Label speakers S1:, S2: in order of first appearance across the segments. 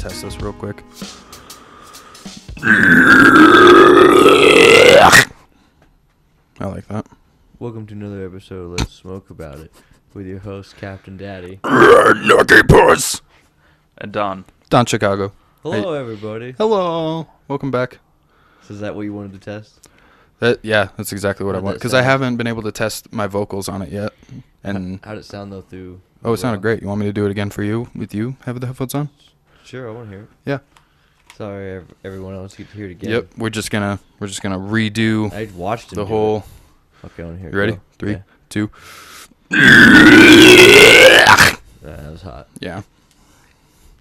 S1: test this real quick. I like that.
S2: Welcome to another episode of Let's Smoke About It with your host, Captain Daddy.
S1: Lucky puss.
S3: And Uh, Don.
S1: Don Chicago.
S2: Hello, everybody.
S1: Hello. Welcome back.
S2: So is that what you wanted to test?
S1: That yeah, that's exactly what I
S2: How'd
S1: want
S2: that
S1: because I
S2: sound?
S1: haven't been able to test my vocals on it yet. And
S2: How'd it sound, though, through?
S1: oh, it sounded
S2: overall?
S1: great. You want me to do it again for you with you having the headphones on?
S2: Sure, I want to hear it.
S1: Yeah.
S2: Sorry, ev- everyone else get to hear it again.
S1: Yep. We're just gonna we're just gonna redo
S2: I watched him
S1: the
S2: do
S1: whole.
S2: It. Okay, I want to hear
S1: You
S2: it.
S1: ready?
S2: Go.
S1: Three,
S2: Yeah.
S1: two.
S2: Nah, Ah, that was hot.
S1: Yeah.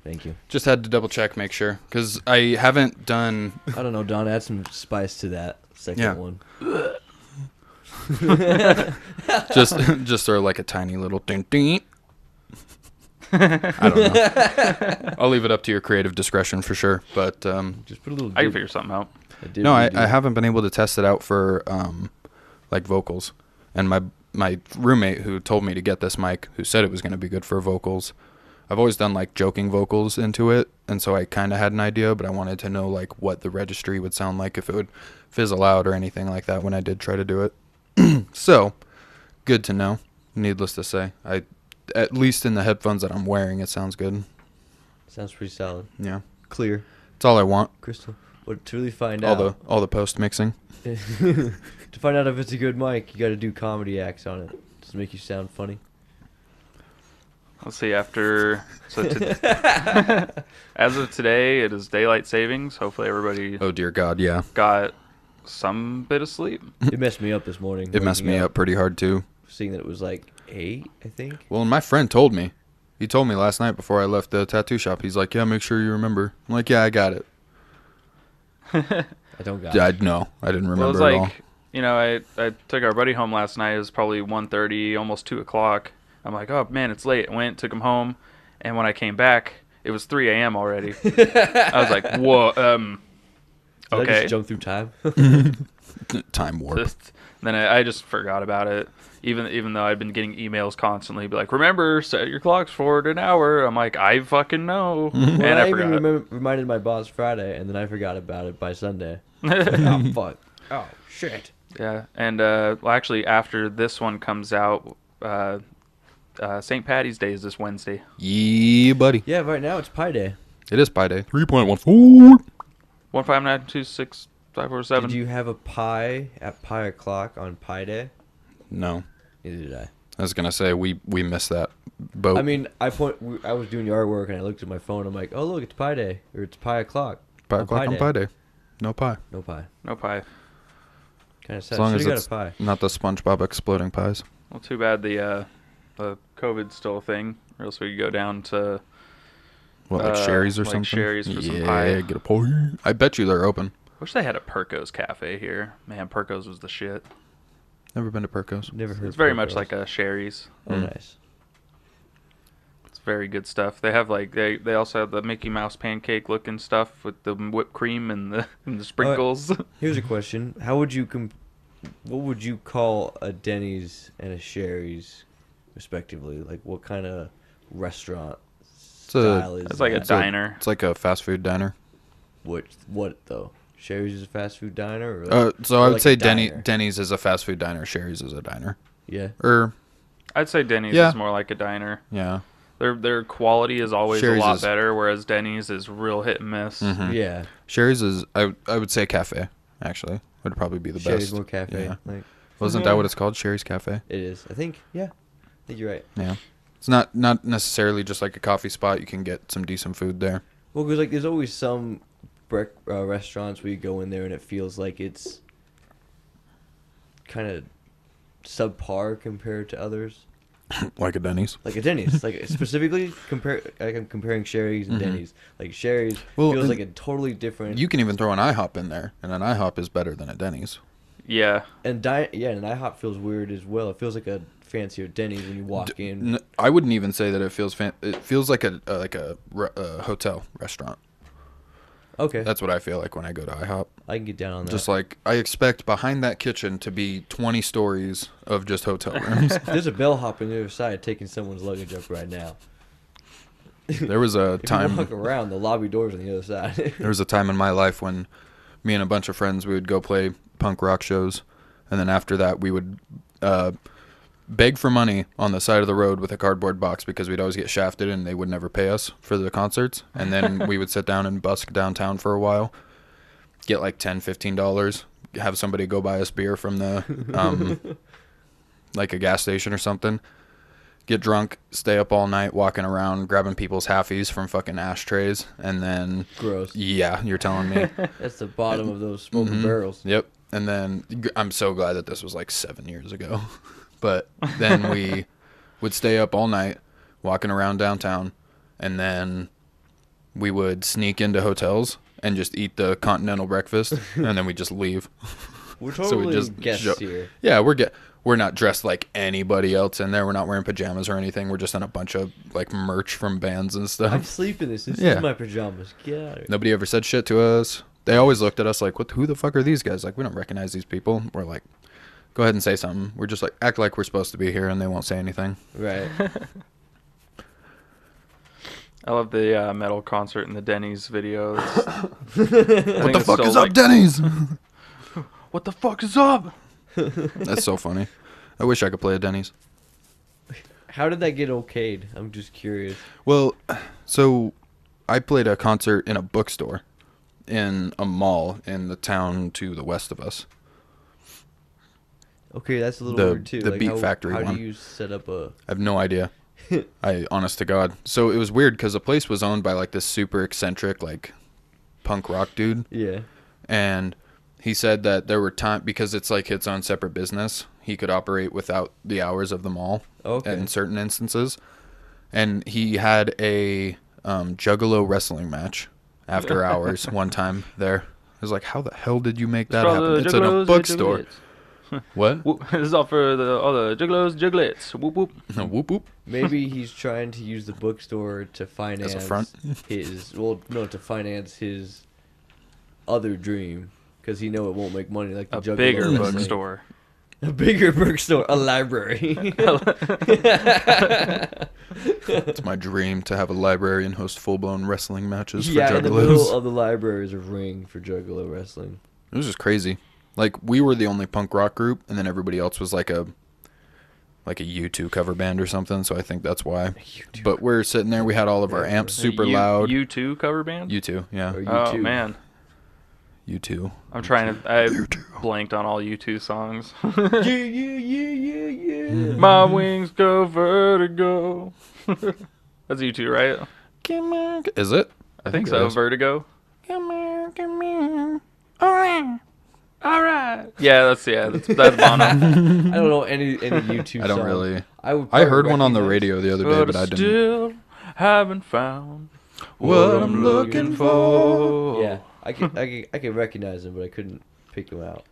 S2: Thank you.
S1: Just had to double check, make sure, because I haven't done.
S2: I don't know, Don. Add some spice to that second
S1: Yeah.
S2: one.
S1: just just throw like a tiny little ding ding. I don't know. I'll leave it up to your creative discretion for sure. But um,
S2: Just put a little.
S3: I can
S2: dip-
S3: figure something out.
S2: a dip
S1: no, I,
S2: redo.
S1: I haven't been able to test it out for um, like vocals. And my my roommate who told me to get this mic, who said it was going to be good for vocals. I've always done like joking vocals into it, and so I kind of had an idea, but I wanted to know like what the registry would sound like if it would fizzle out or anything like that when I did try to do it. so, good to know. Needless to say, I at least in the headphones that I'm wearing, it sounds good.
S2: Sounds pretty solid.
S1: Yeah,
S2: Clear,
S1: it's all I want.
S2: crystal. But to really find
S1: All
S2: out,
S1: the all the post mixing.
S2: to find out if it's a good mic, you got to do comedy acts on it. Just make you sound funny.
S3: Let's see after. So to, as of today, it is daylight savings. Hopefully, everybody
S1: Oh dear God, yeah.
S3: got some bit of sleep.
S2: It messed me up this morning.
S1: It messed
S2: waking
S1: me up pretty hard too.
S2: seeing that it was like eight, I think.
S1: Well, my friend told me. He told me last night before I left the tattoo shop. He's like, "Yeah, make sure you remember." I'm like, "Yeah, I got it."
S2: I don't got.
S1: I no, I didn't
S3: Well, it
S1: remember
S3: was
S1: at
S3: like, you know, I, I took our buddy home last night. It was probably 1.30, almost 2 o'clock. I'm like, oh, man, it's late. Went, took him home. And when I came back, it was 3 a.m. already. I was like, whoa, um,
S2: Did I
S3: okay.
S2: just jump through time?
S1: all. Time warp.
S3: Just- then I, I just forgot about it. Even even though I'd been getting emails constantly, be like, remember, set your clocks forward an hour. I'm like, I fucking know, and
S2: Well,
S3: I,
S2: I, even
S3: forgot.
S2: remem- reminded my boss Friday, and then I forgot about it by Sunday. oh fuck! Oh shit!
S3: Yeah, and uh, well, actually, after this one comes out, uh, uh, St. Patty's Day is this Wednesday.
S1: yeah, buddy.
S2: Yeah, right now it's Pi Day.
S1: It is pie day. Three point one four.
S3: One five nine two six five four seven.
S2: Did you have a pie at pie o'clock on Pi Day?
S1: No,
S2: Neither did I.
S1: I was gonna say we we missed that boat.
S2: I mean, I point. we- I was doing yard work, and I looked at my phone. I'm like, oh look, it's Pi Day, or it's Pi o'clock.
S1: pie o'clock on
S2: Day.
S1: pie day. No pie.
S2: No pie.
S3: No pie.
S2: Kind of sad.
S1: As long
S2: Should've
S1: as
S2: got
S1: it's
S2: a pie.
S1: not the SpongeBob exploding pies.
S3: Well, too bad the uh, the COVID's still a thing, or else we could go down to.
S1: What like
S3: Uh,
S1: Sherry's or
S3: like
S1: something?
S3: Sherry's for some
S1: yeah,
S3: pie.
S1: get a pie. I bet you they're open.
S3: Wish they had a Perco's cafe here. Man, Perco's was the shit.
S1: Never been to Perco's.
S2: Never heard.
S3: It's very much like a hmm. Sherry's.
S2: Oh,
S1: Mm.
S2: nice.
S3: It's very good stuff. They have like they they also have the Mickey Mouse pancake looking stuff with the whipped cream and the and the
S1: Oh,
S3: sprinkles.
S2: Here's a question: How would you com- What would you call a Denny's and a Sherry's, respectively? Like, what kind of restaurant
S1: a-
S2: style is
S3: It's like a
S2: that?
S1: di-
S3: diner.
S1: It's like a fast food diner.
S2: what? What though? Sherry's is a fast food diner. Or like,
S1: Uh, so
S2: or
S1: I would
S2: like a
S1: say Denny,
S2: diner?
S1: Denny's is a fast food diner. Sherry's is a diner. Er,
S2: yeah.
S1: Or
S3: I'd say Denny's
S1: Yeah.
S3: is more like a diner.
S1: yeah,
S3: Their their quality is always
S1: Sherry's
S3: a lot
S1: is- Mm-hmm.
S3: better, whereas Denny's is real hit and miss.
S1: hmm.
S2: Yeah.
S1: Sherry's is I I would say cafe actually would probably be the
S2: Sherry's
S1: best.
S2: more cafe.
S1: Yeah.
S2: Like
S1: Wasn't that what it's called? Sherry's Cafe.
S2: it is. I think. Yeah. I think you're right.
S1: Yeah, it's not not necessarily just like a coffee spot. You can get some decent food there.
S2: Well, because like there's always some brec- uh, restaurants where you go in there and it feels like it's kind of subpar compared to others.
S1: Like a Denny's.
S2: Like a Denny's, like specifically compare. Like I'm comparing Sherry's and Denny's. Like Sherry's
S1: Mm-hmm. Well,
S2: feels
S1: and
S2: like a totally different.
S1: You can even throw an IHOP in there, and an IHOP is better than a Denny's.
S3: Yeah.
S2: and di- yeah, and IHOP feels weird as well. It feels like a fancier Denny's when you walk in.
S1: N- I wouldn't even say that it feels fan- it feels like a, a like a, re- a hotel restaurant.
S2: Okay,
S1: That's what I feel like when I go to IHOP.
S2: I can get down on that.
S1: uh, Just like I expect behind that kitchen to be 20 stories of just hotel rooms.
S2: there's a bellhop on the other side taking someone's luggage up right now.
S1: There was a
S2: If
S1: time
S2: you walk around, the lobby door's on the other side.
S1: There was a time in my life when me and a bunch of friends we would go play punk rock shows, and then after that we would uh, beg for money on the side of the road with a cardboard box because we'd always get shafted and they would never pay us for the concerts. And then we would sit down and busk downtown for a while, get like ten, fifteen dollars, have somebody go buy us beer from the um, like a gas station or something. Get drunk, stay up all night, walking around, grabbing people's halfies from fucking ashtrays, and then
S2: Gross.
S1: yeah, you're telling me.
S2: That's the bottom of those smoking
S1: Mhm.
S2: barrels.
S1: yep. And then g- I'm so glad that this was like seven years ago. But then we would stay up all night walking around downtown, and then we would sneak into hotels and just eat the continental breakfast, and then we just leave.
S2: We're
S1: So we
S2: totally
S1: just
S2: guests
S1: jo-
S2: here.
S1: Yeah, we're get we're not dressed like anybody else in there. We're not wearing pajamas or anything. We're just in a bunch of like merch from bands and stuff.
S2: I'm sleeping this. This
S1: Yeah.
S2: is my pajamas. Get out of here.
S1: Nobody ever said shit to us. They always looked at us like, "What? Who the fuck are these guys?" Like, we don't recognize these people. We're like, "Go ahead and say something." We're just like, act like we're supposed to be here, and they won't say anything.
S2: Right.
S3: I love the uh, metal concert in the Denny's video. It's-
S1: What the
S3: it's
S1: fuck
S3: still,
S1: is
S3: like-
S1: up, Denny's?
S3: What the fuck is up?
S1: That's so funny. I wish I could play at Denny's.
S2: How did that get okayed? I'm just curious.
S1: Well, so I played a concert in a bookstore in a mall in the town to the west of us.
S2: Okay, that's a little
S1: The-
S2: weird too.
S1: the
S2: like
S1: Beat
S2: how,
S1: Factory
S2: How
S1: one.
S2: do you set up a?
S1: I have no idea. I honest to God. So it was weird because the place was owned by like this super eccentric like punk rock dude.
S2: Yeah.
S1: and he said that there were time because it's like its own separate business he could operate without the hours of the mall
S2: Okay.
S1: in certain instances and he had a um, juggalo wrestling match after hours one time there i was like how the hell did you make that
S3: From
S1: happen
S3: the
S1: it's in a
S3: Juggalos,
S1: bookstore
S3: Jugglets.
S1: what
S3: Whoop, this is all for the all the juggalos, jugglets. Whoop whoop.
S1: whoop whoop
S2: Maybe he's trying to use the bookstore to finance
S1: front?
S2: his well, no, to finance his other dream because he know it won't make money like the
S3: A
S2: Juggalo
S3: bigger
S2: wrestling.
S3: bookstore.
S2: a bigger bookstore, a library.
S1: it's my dream to have a library and host full-blown wrestling matches for
S2: yeah, in the middle
S1: juggalos
S2: of the library is a ring for Juggalo wrestling.
S1: it was just crazy like we were the only punk rock group and then everybody else was like a like a U2 cover band or something, so I think that's why. But we're sitting there, we had all of our amps super
S3: You-
S1: loud.
S3: You two cover band.
S1: U2, yeah.
S2: Or
S3: oh
S2: U2.
S3: man,
S1: U2.
S3: I'm trying to. I blanked on all U2 songs.
S2: yeah, yeah, yeah, yeah, yeah.
S3: My wings go vertigo. That's U2, right?
S1: Come here. Is it?
S3: I think so. Vertigo.
S1: Come here, come here. All right. All right.
S3: Yeah, that's yeah, that's, that's Bono.
S2: I don't know any any YouTube.
S1: I don't
S2: song.
S1: really.
S2: I would.
S1: I
S2: probably
S1: heard one on the
S2: recognize-
S1: radio the other
S3: but
S1: day, but I
S3: I
S1: didn't.
S3: still haven't found
S1: What I'm looking for.
S2: Yeah, I could I could, I could recognize him, but I couldn't pick him out.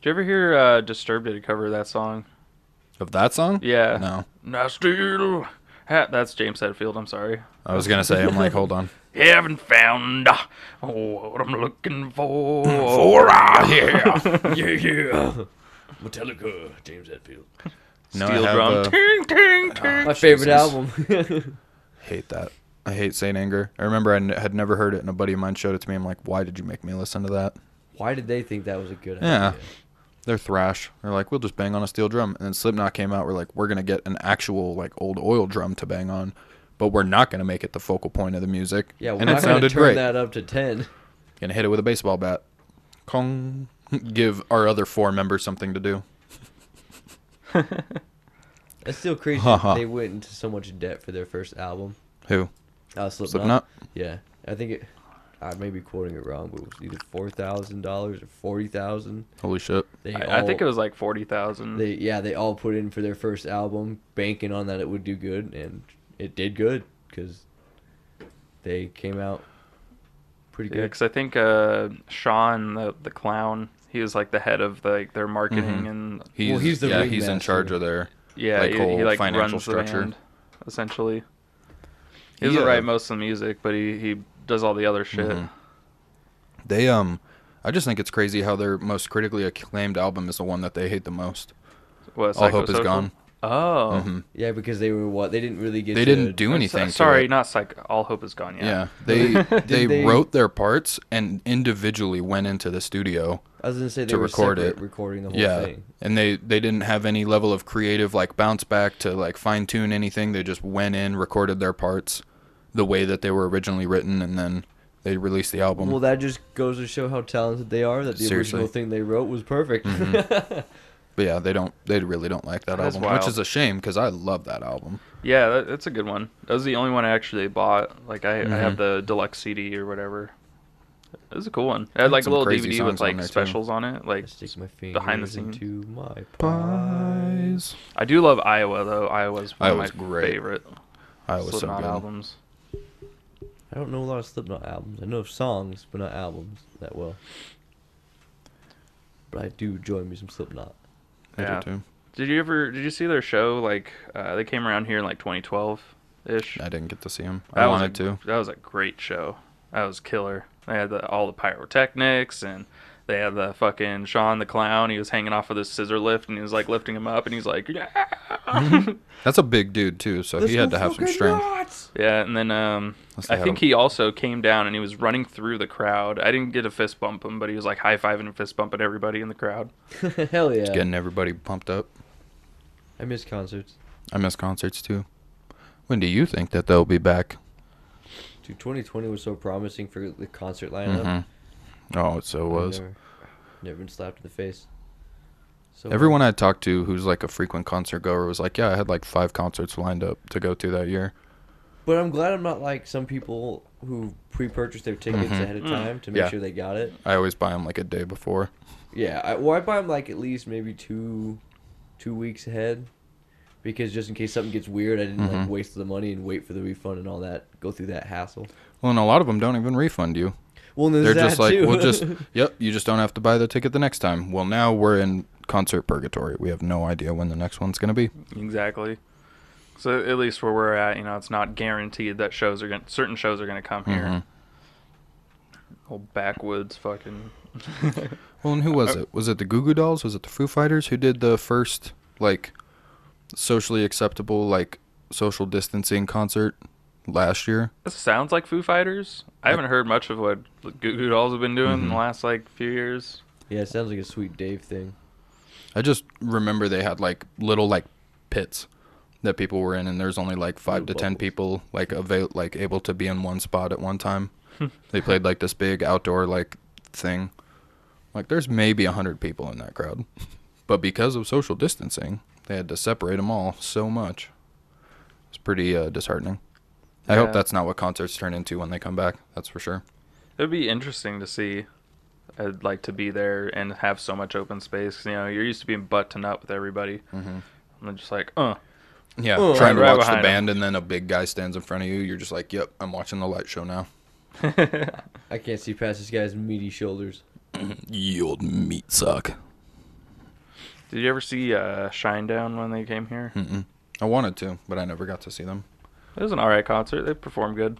S3: Did you ever hear uh, Disturbed did a cover of that song?
S1: Of that song?
S3: Yeah.
S1: No.
S3: And I still ha- that's James Hetfield. I'm sorry.
S1: I was going to say, I'm like, hold on.
S3: Haven't found uh, what I'm looking for.
S1: ah, yeah.
S2: yeah, yeah. Metallica, James Hetfield.
S1: No,
S3: Steel
S1: I have,
S3: drum.
S1: uh,
S3: ting ting ting.
S2: My
S1: Jesus.
S2: favorite album.
S1: hate that. I hate Saint Anger. I remember I n- had never heard it, and a buddy of mine showed it to me. I'm like, why did you make me listen to that?
S2: Why did they think that was a good
S1: Yeah.
S2: idea?
S1: They're thrash. They're like, we'll just bang on a steel drum. And then Slipknot came out. We're like, we're gonna get an actual like old oil drum to bang on, but we're not gonna make it the focal point of the music.
S2: Yeah, we're
S1: and
S2: not
S1: it
S2: gonna
S1: sounded
S2: turn
S1: great.
S2: that up to ten.
S1: Gonna hit it with a baseball bat. Kong. Give our other four members something to do.
S2: That's still crazy.
S1: Ha, ha.
S2: They went into so much debt for their first album.
S1: Who?
S2: Uh, Slipknot.
S1: Slipknot.
S2: Yeah, I think it. I may be quoting it wrong, but it was either four thousand dollars or forty thousand.
S1: Holy shit.
S2: They
S3: I, I think it
S2: all-
S3: was like forty thousand.
S2: They yeah, they all put in for their first album, banking on that it would do good, and it did good because they came out pretty
S3: Yeah,
S2: good.
S3: because I think uh, Sean, the the clown, he was like the head of like their marketing
S1: Mhm.
S3: and
S1: He's,
S2: he's the
S1: yeah, he's in
S2: ringmaster.
S1: charge of their.
S3: yeah,
S1: Like
S3: he,
S1: whole
S3: he like
S1: financial
S3: runs
S1: structure.
S3: the band, essentially. He doesn't
S1: Yeah.
S3: write most of the music, but he he does all the other shit.
S1: Mhm. They um, I just think it's crazy how their most critically acclaimed album is the one that they hate the most.
S3: What,
S1: All hope is
S3: Psychosocial?
S1: gone.
S3: Oh.
S1: Mhm.
S2: Yeah, because they were what they didn't really get.
S1: They
S2: to-
S1: didn't do
S3: I'm so-
S1: anything. to
S3: sorry,
S1: it.
S3: not psych. All hope is gone.
S1: Yeah,
S3: Yeah.
S1: they they,
S2: they-
S1: wrote their parts and individually went into the studio.
S2: I was gonna say they
S1: to
S2: were
S1: record
S2: separate
S1: it.
S2: recording the whole
S1: yeah,
S2: thing.
S1: and they they didn't have any level of creative like bounce back to like fine tune anything. They just went in, recorded their parts the way that they were originally written, and then they released the album.
S2: Well, that just goes to show how talented they are. That the
S1: Seriously. Mm-hmm.
S2: original thing they wrote was perfect.
S1: but yeah, they don't they really don't like that
S3: That is
S1: album,
S3: wild.
S1: which is a shame because I love that album.
S3: Yeah, that, that's a good one. That was the only one I actually bought. Like I, I
S1: Mhm.
S3: have the deluxe CD or whatever. It was a cool one. It
S1: had
S3: had like a
S1: some
S3: little DVD
S1: crazy
S3: with
S1: songs on
S3: like
S1: there, too.
S3: specials on it.
S2: I
S3: Like
S2: stick my fingers
S3: Behind the scene.
S2: into my pie.
S1: Pies.
S3: I do love Iowa though. Iowa's one
S1: Iowa's
S3: of my
S1: great.
S3: favorite
S1: I was so
S3: Slipknot
S1: good.
S3: albums.
S2: I don't know a lot of Slipknot albums. I know of songs, but not albums that well. But I do enjoy me some Slipknot.
S1: I do
S3: Yeah.
S1: too.
S3: Did you ever? Did you see their show? Like uh, they came around here in like 2012 ish.
S1: I didn't get to see him.
S3: That
S1: I
S3: was
S1: wanted
S3: a-
S1: to.
S3: That was a great show. That was killer. They had the, all the pyrotechnics and they had the fucking Sean the clown. He was hanging off of this scissor lift and he was like lifting him up and he's like, yeah.
S1: That's a big dude too, so he had to have some strength.
S3: yeah. And then um,
S1: Must have
S3: I
S1: had
S3: think
S1: him-
S3: he also came down and he was running through the crowd. I didn't get a fist bump him, but he was like high fiving and fist bumping everybody in the crowd.
S2: Hell yeah!
S1: Getting everybody pumped up.
S2: I miss concerts.
S1: I miss concerts too. When do you think that they'll be back?
S2: Dude, 2020 was so promising for the concert lineup.
S1: Mhm. Oh, it so
S2: I've
S1: was.
S2: Never, never been slapped in the face. So
S1: Everyone I talked to who's like a frequent concert goer was like, "Yeah, I had like five concerts lined up to go to that year."
S2: But I'm glad I'm not like some people who pre-purchased their tickets
S1: Mhm.
S2: ahead of
S3: Mm.
S2: time to make
S1: Yeah.
S2: sure they got it.
S1: I always buy them like a day before.
S2: Yeah, I, well, I buy them like at least maybe two, two weeks ahead, because just in case something gets weird, I didn't
S1: Mhm.
S2: like waste the money and wait for the refund and all that. Go through that hassle.
S1: Well, and a lot of them don't even refund you.
S2: Well, and there's
S1: They're
S2: that
S1: just like,
S2: too.
S1: "We'll just yep, you just don't have to buy the ticket the next time." Well, now we're in concert purgatory. We have no idea when the next one's going to be.
S3: Exactly. So at least where we're at, you know, it's not guaranteed that shows are going to, certain shows are going to come here.
S1: Mhm.
S3: Old backwoods fucking.
S1: Well, and who was it? Was it the Goo Goo Dolls? Was it the Foo Fighters? Who did the first like socially acceptable like social distancing concert last year?
S3: This sounds like Foo Fighters. I haven't heard much of what Goo Goo Dolls have been doing in the
S1: Mhm.
S3: last like few years.
S2: yeah, it sounds like a sweet Dave thing.
S1: I just remember they had like little like pits that people were in, and there's only like five to
S2: Little
S1: ten
S2: bubbles.
S1: people like avail like able to be in one spot at one time.
S3: Hmm.
S1: they played like this big outdoor like thing. Like there's maybe a hundred people in that crowd, but because of social distancing, they had to separate them all so much. It's pretty uh, disheartening. I
S3: Yeah.
S1: hope that's not what concerts turn into when they come back. That's for sure.
S3: It'd be interesting to see. I'd like to be there and have so much open space. 'cause, You know, you're used to being butt to nut with everybody.
S1: Mhm.
S3: And then just like, uh,
S1: Yeah,
S2: Oh,
S1: trying to
S3: right
S1: watch the
S3: behind 'em.
S1: band, and then a big guy stands in front of you. You're just like, "Yep, I'm watching the light show now."
S2: I can't see past this guy's meaty shoulders.
S1: You old meat suck.
S3: did you ever see uh, Shinedown when they came here?
S1: Mm-mm. I wanted to, but I never got to see them.
S3: It was an alright concert. They performed good.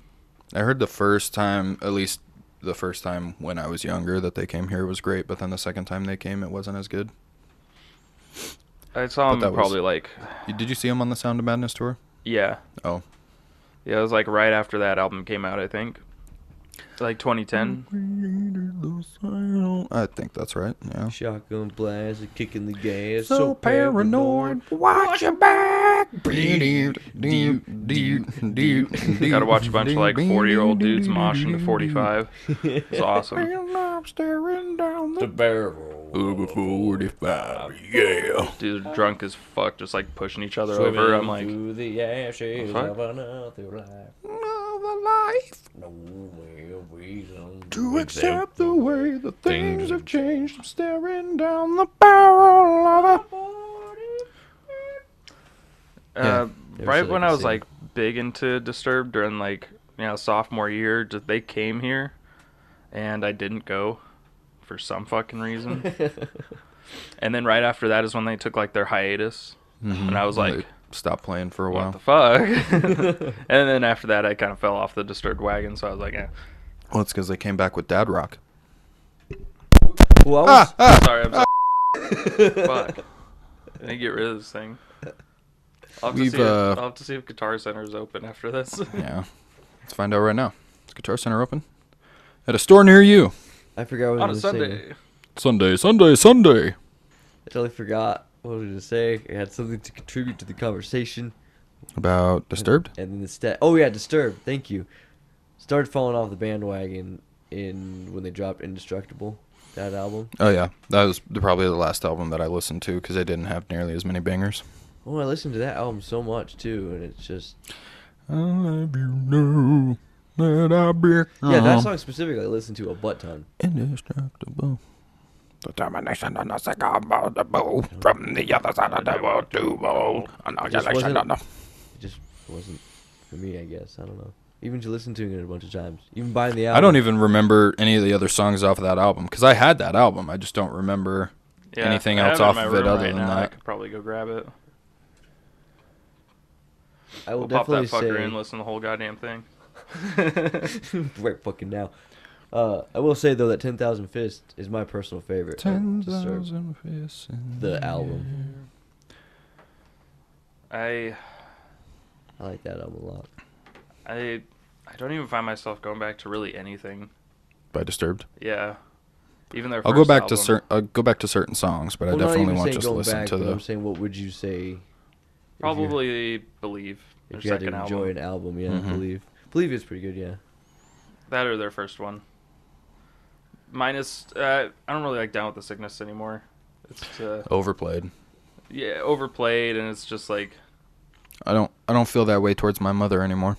S1: I heard the first time, at least the first time when I was younger, that they came here was great, but then the second time they came, it wasn't as good.
S3: I saw
S1: But that
S3: them
S1: was-
S3: probably like,
S1: You- Did you see them on the Sound of Madness tour?
S3: yeah,
S1: Oh,
S3: yeah. It was like right after that album came out, I think, like
S1: Mm-hmm.
S3: 2010.
S1: I think that's right. Yeah.
S2: Shotgun blast, a kick in the gas.
S1: So paranoid, watch your back.
S3: Gotta
S1: Gotta
S3: watch a bunch of like 40 year old dudes moshing to 45. It's awesome.
S1: And I'm staring down
S2: The
S1: the
S2: barrel.
S1: over 45. Yeah.
S3: Dudes are drunk as fuck, just like pushing each other
S2: Swimming
S3: over. I'm like,
S2: through the ashes
S3: fuck?
S2: of another life.
S1: Another life
S2: No real reason
S1: to accept the way that things have changed. I'm staring down the barrel of a.
S3: Uh,
S2: Never
S3: right
S2: said I
S3: when
S2: could
S3: I was
S2: sing.
S3: like big into Disturbed during like you know sophomore year, just, they came here, and I didn't go, for some fucking reason. and then right after that is when they took like their hiatus,
S2: Mm-hmm.
S3: and I was like,
S1: stop playing for a
S3: what
S1: while.
S3: the fuck? and then after that, I kind of fell off the Disturbed wagon, so I was like, eh.
S1: well, it's because they came back with Dad Rock.
S2: Well, I was,
S3: sorry, I'm sorry. fuck. I need to get rid of this thing. I'll have, to
S1: We've,
S3: see if,
S1: uh,
S3: I'll have to see if Guitar Center is open after this.
S1: Yeah. Let's find out right now. Is Guitar Center open? At a store near you.
S2: I forgot what I
S3: On a
S2: was gonna say.
S3: Sunday.
S1: Sunday, Sunday, Sunday.
S2: I totally forgot what I was gonna say. I had something to contribute to the conversation.
S1: About Disturbed?
S2: And then the stat. Oh yeah, Disturbed. Thank you. Started falling off the bandwagon in when they dropped Indestructible, that album.
S1: Oh yeah, that was the, probably the last album that I listened to because I didn't have nearly as many bangers.
S2: Oh, I listened to that album so much too, and it's just
S1: I love you know that I be
S2: yeah, that song specifically I listened to a butt ton.
S1: indestructible. Determination on the bow from the other side of the world to bow.
S2: just wasn't- on the- It just wasn't for me, I guess. I don't know. Even to listen to it a bunch of times, even buying the album.
S1: I don't even remember any of the other songs off of that album because I had that album. I just don't remember.
S3: Yeah,
S1: Anything
S3: I have
S1: else
S3: in
S1: off
S3: my
S1: of it
S3: room
S1: other
S3: right
S1: than
S3: now. I
S1: that?
S3: could probably go grab it.
S2: I will
S3: I'll pop that
S2: definitely
S3: fucker
S2: say
S3: in, listen to the whole goddamn thing.
S2: right fucking now. Uh, I will say though that Ten Thousand Fist is my personal favorite. uh, Disturbed.
S1: fists.
S2: the album.
S3: I
S2: I like that album a lot.
S3: I I don't even find myself going back to really anything.
S1: By Disturbed.
S3: Yeah. Even their
S1: I'll go
S3: first
S1: back to
S3: album.
S1: certain. I'll go back to certain songs, but
S2: Well,
S1: I
S2: not
S1: definitely
S2: even
S1: won't
S2: saying
S1: just
S2: going
S1: listen
S2: back,
S1: to
S2: but
S1: the.
S2: I'm saying, what would you say? if you-
S3: probably believe
S2: If you,
S3: their
S2: had to
S3: second
S2: enjoy
S3: album.
S2: an album, yeah,
S1: Mhm.
S2: believe. Believe is pretty good, yeah.
S3: That or their first one. Minus uh, I don't really like Down with the Sickness anymore. It's uh,
S1: Overplayed.
S3: yeah, overplayed and it's just like
S1: I don't. I don't feel that way towards my mother anymore.